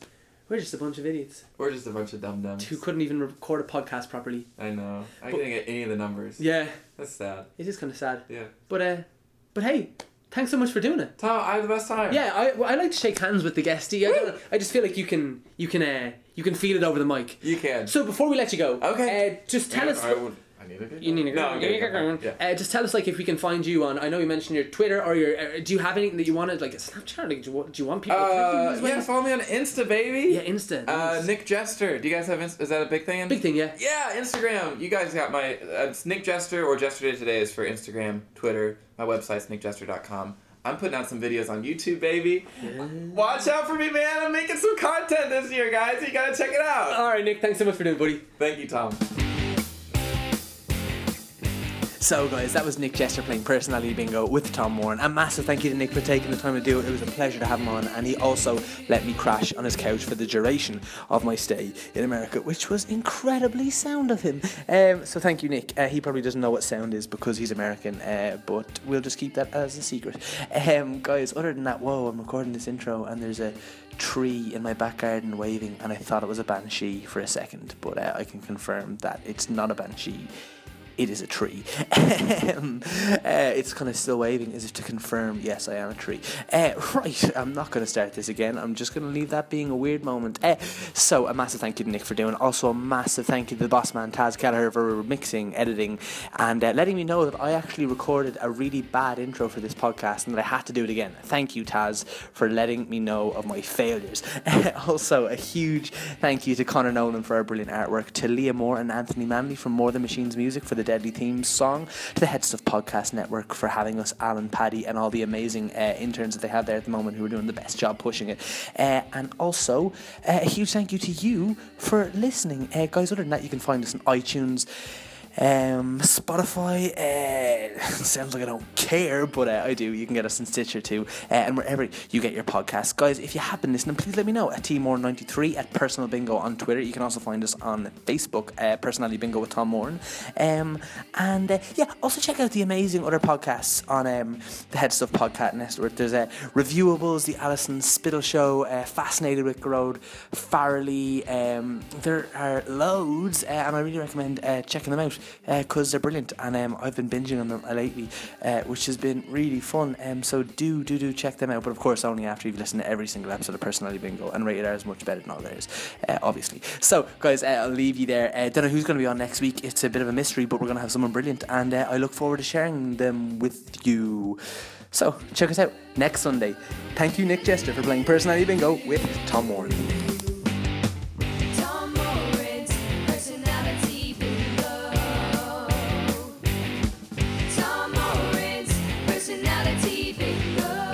Speaker 4: We're just a bunch of idiots
Speaker 3: We're just a bunch of dum dums.
Speaker 4: who couldn't even record a podcast properly.
Speaker 3: I know. I couldn't get any of the numbers.
Speaker 4: Yeah,
Speaker 3: That's sad.
Speaker 4: it is kind of sad.
Speaker 3: Yeah.
Speaker 4: But uh, but hey, thanks so much for doing it.
Speaker 3: Tom, I had the best time.
Speaker 4: Yeah, I, well, I like to shake hands with the guestie. I, don't, I just feel like you can you can uh, you can feel it over the mic.
Speaker 3: You can.
Speaker 4: So before we let you go,
Speaker 3: Okay.
Speaker 4: uh, just tell
Speaker 3: Yeah,
Speaker 4: us.
Speaker 3: I, would, I need a good
Speaker 4: You need to
Speaker 3: No, I'm getting it. Yeah.
Speaker 4: Uh, just tell us like if we can find you on. I know you mentioned your Twitter or your. Uh, do you have anything that you wanted like a Snapchat? Like, do, you, want- do you want people? to connect with you
Speaker 3: Uh,
Speaker 4: as well?
Speaker 3: yeah, follow me on Insta, baby.
Speaker 4: Yeah, Insta.
Speaker 3: Uh,
Speaker 4: nice.
Speaker 3: Nick Jester. Do you guys have Insta? Is that a big thing? in-
Speaker 4: Big thing, yeah.
Speaker 3: Yeah, Instagram. You guys got my. Uh, it's Nick Jester or Jester Day Today is for Instagram, Twitter. My website's nickjester.com. I'm putting out some videos on YouTube, baby. Watch out for me, man. I'm making some content this year, guys. You gotta check it out.
Speaker 4: All right, Nick. Thanks so much for doing, it, buddy.
Speaker 3: Thank you, Tom.
Speaker 5: So, guys, that was Nick Jester playing Personality Bingo with Tom Warren. A massive thank you to Nick for taking the time to do it. It was a pleasure to have him on, and he also let me crash on his couch for the duration of my stay in America, which was incredibly sound of him. Um, so, thank you, Nick. Uh, he probably doesn't know what sound is because he's American, uh, but we'll just keep that as a secret. Um, guys, other than that, whoa, I'm recording this intro, and there's a tree in my back garden waving, and I thought it was a banshee for a second, but uh, I can confirm that it's not a banshee it is a tree. Um, uh, it's kind of still waving as if to confirm, yes, I am a tree. Uh, right, I'm not going to start this again. I'm just going to leave that being a weird moment. Uh, so, a massive thank you to Nick for doing. it. Also, a massive thank you to the boss man, Taz Gallagher, for mixing, editing, and uh, letting me know that I actually recorded a really bad intro for this podcast and that I had to do it again. Thank you, Taz, for letting me know of my failures. also, a huge thank you to Connor Nolan for our brilliant artwork, to Leah Moore and Anthony Manley for More Than Machines Music for the Deadly Themes song, to the Head Stuff Podcast Network for having us, Alan, Paddy, and all the amazing uh, interns that they have there at the moment who are doing the best job pushing it. Uh, and also, uh, a huge thank you to you for listening. Uh, guys, other than that, you can find us on iTunes um, Spotify. Uh, sounds like I don't care, but uh, I do. You can get us in Stitcher too, uh, and wherever you get your podcasts, guys. If you have been listening, please let me know at tmore93 at Personal Bingo on Twitter. You can also find us on Facebook, uh, Personality Bingo with Tom Moran. Um, and uh, yeah, also check out the amazing other podcasts on um, the Head Stuff Podcast Network. There's uh, Reviewables, The Allison Spittle Show, uh, Fascinated with Road, Farley. Um, there are loads, uh, and I really recommend uh, checking them out because they're brilliant. And um, I've been binging on them lately, uh, which has been really fun. Um, so do do do check them out. But of course, only after you've listened to every single episode of Personality Bingo. And rated R is much better than all theirs, uh, obviously. So guys, uh, I'll leave you there. Uh, don't know who's going to be on next week. It's a bit of a mystery, but we're going to have someone brilliant, and uh, I look forward to sharing them with you. So check us out next Sunday. Thank you, Nick Jester, for playing Personality Bingo with Tom Warren.
Speaker 2: Tom Moritz, personality bingo. Tom Moritz, personality bingo.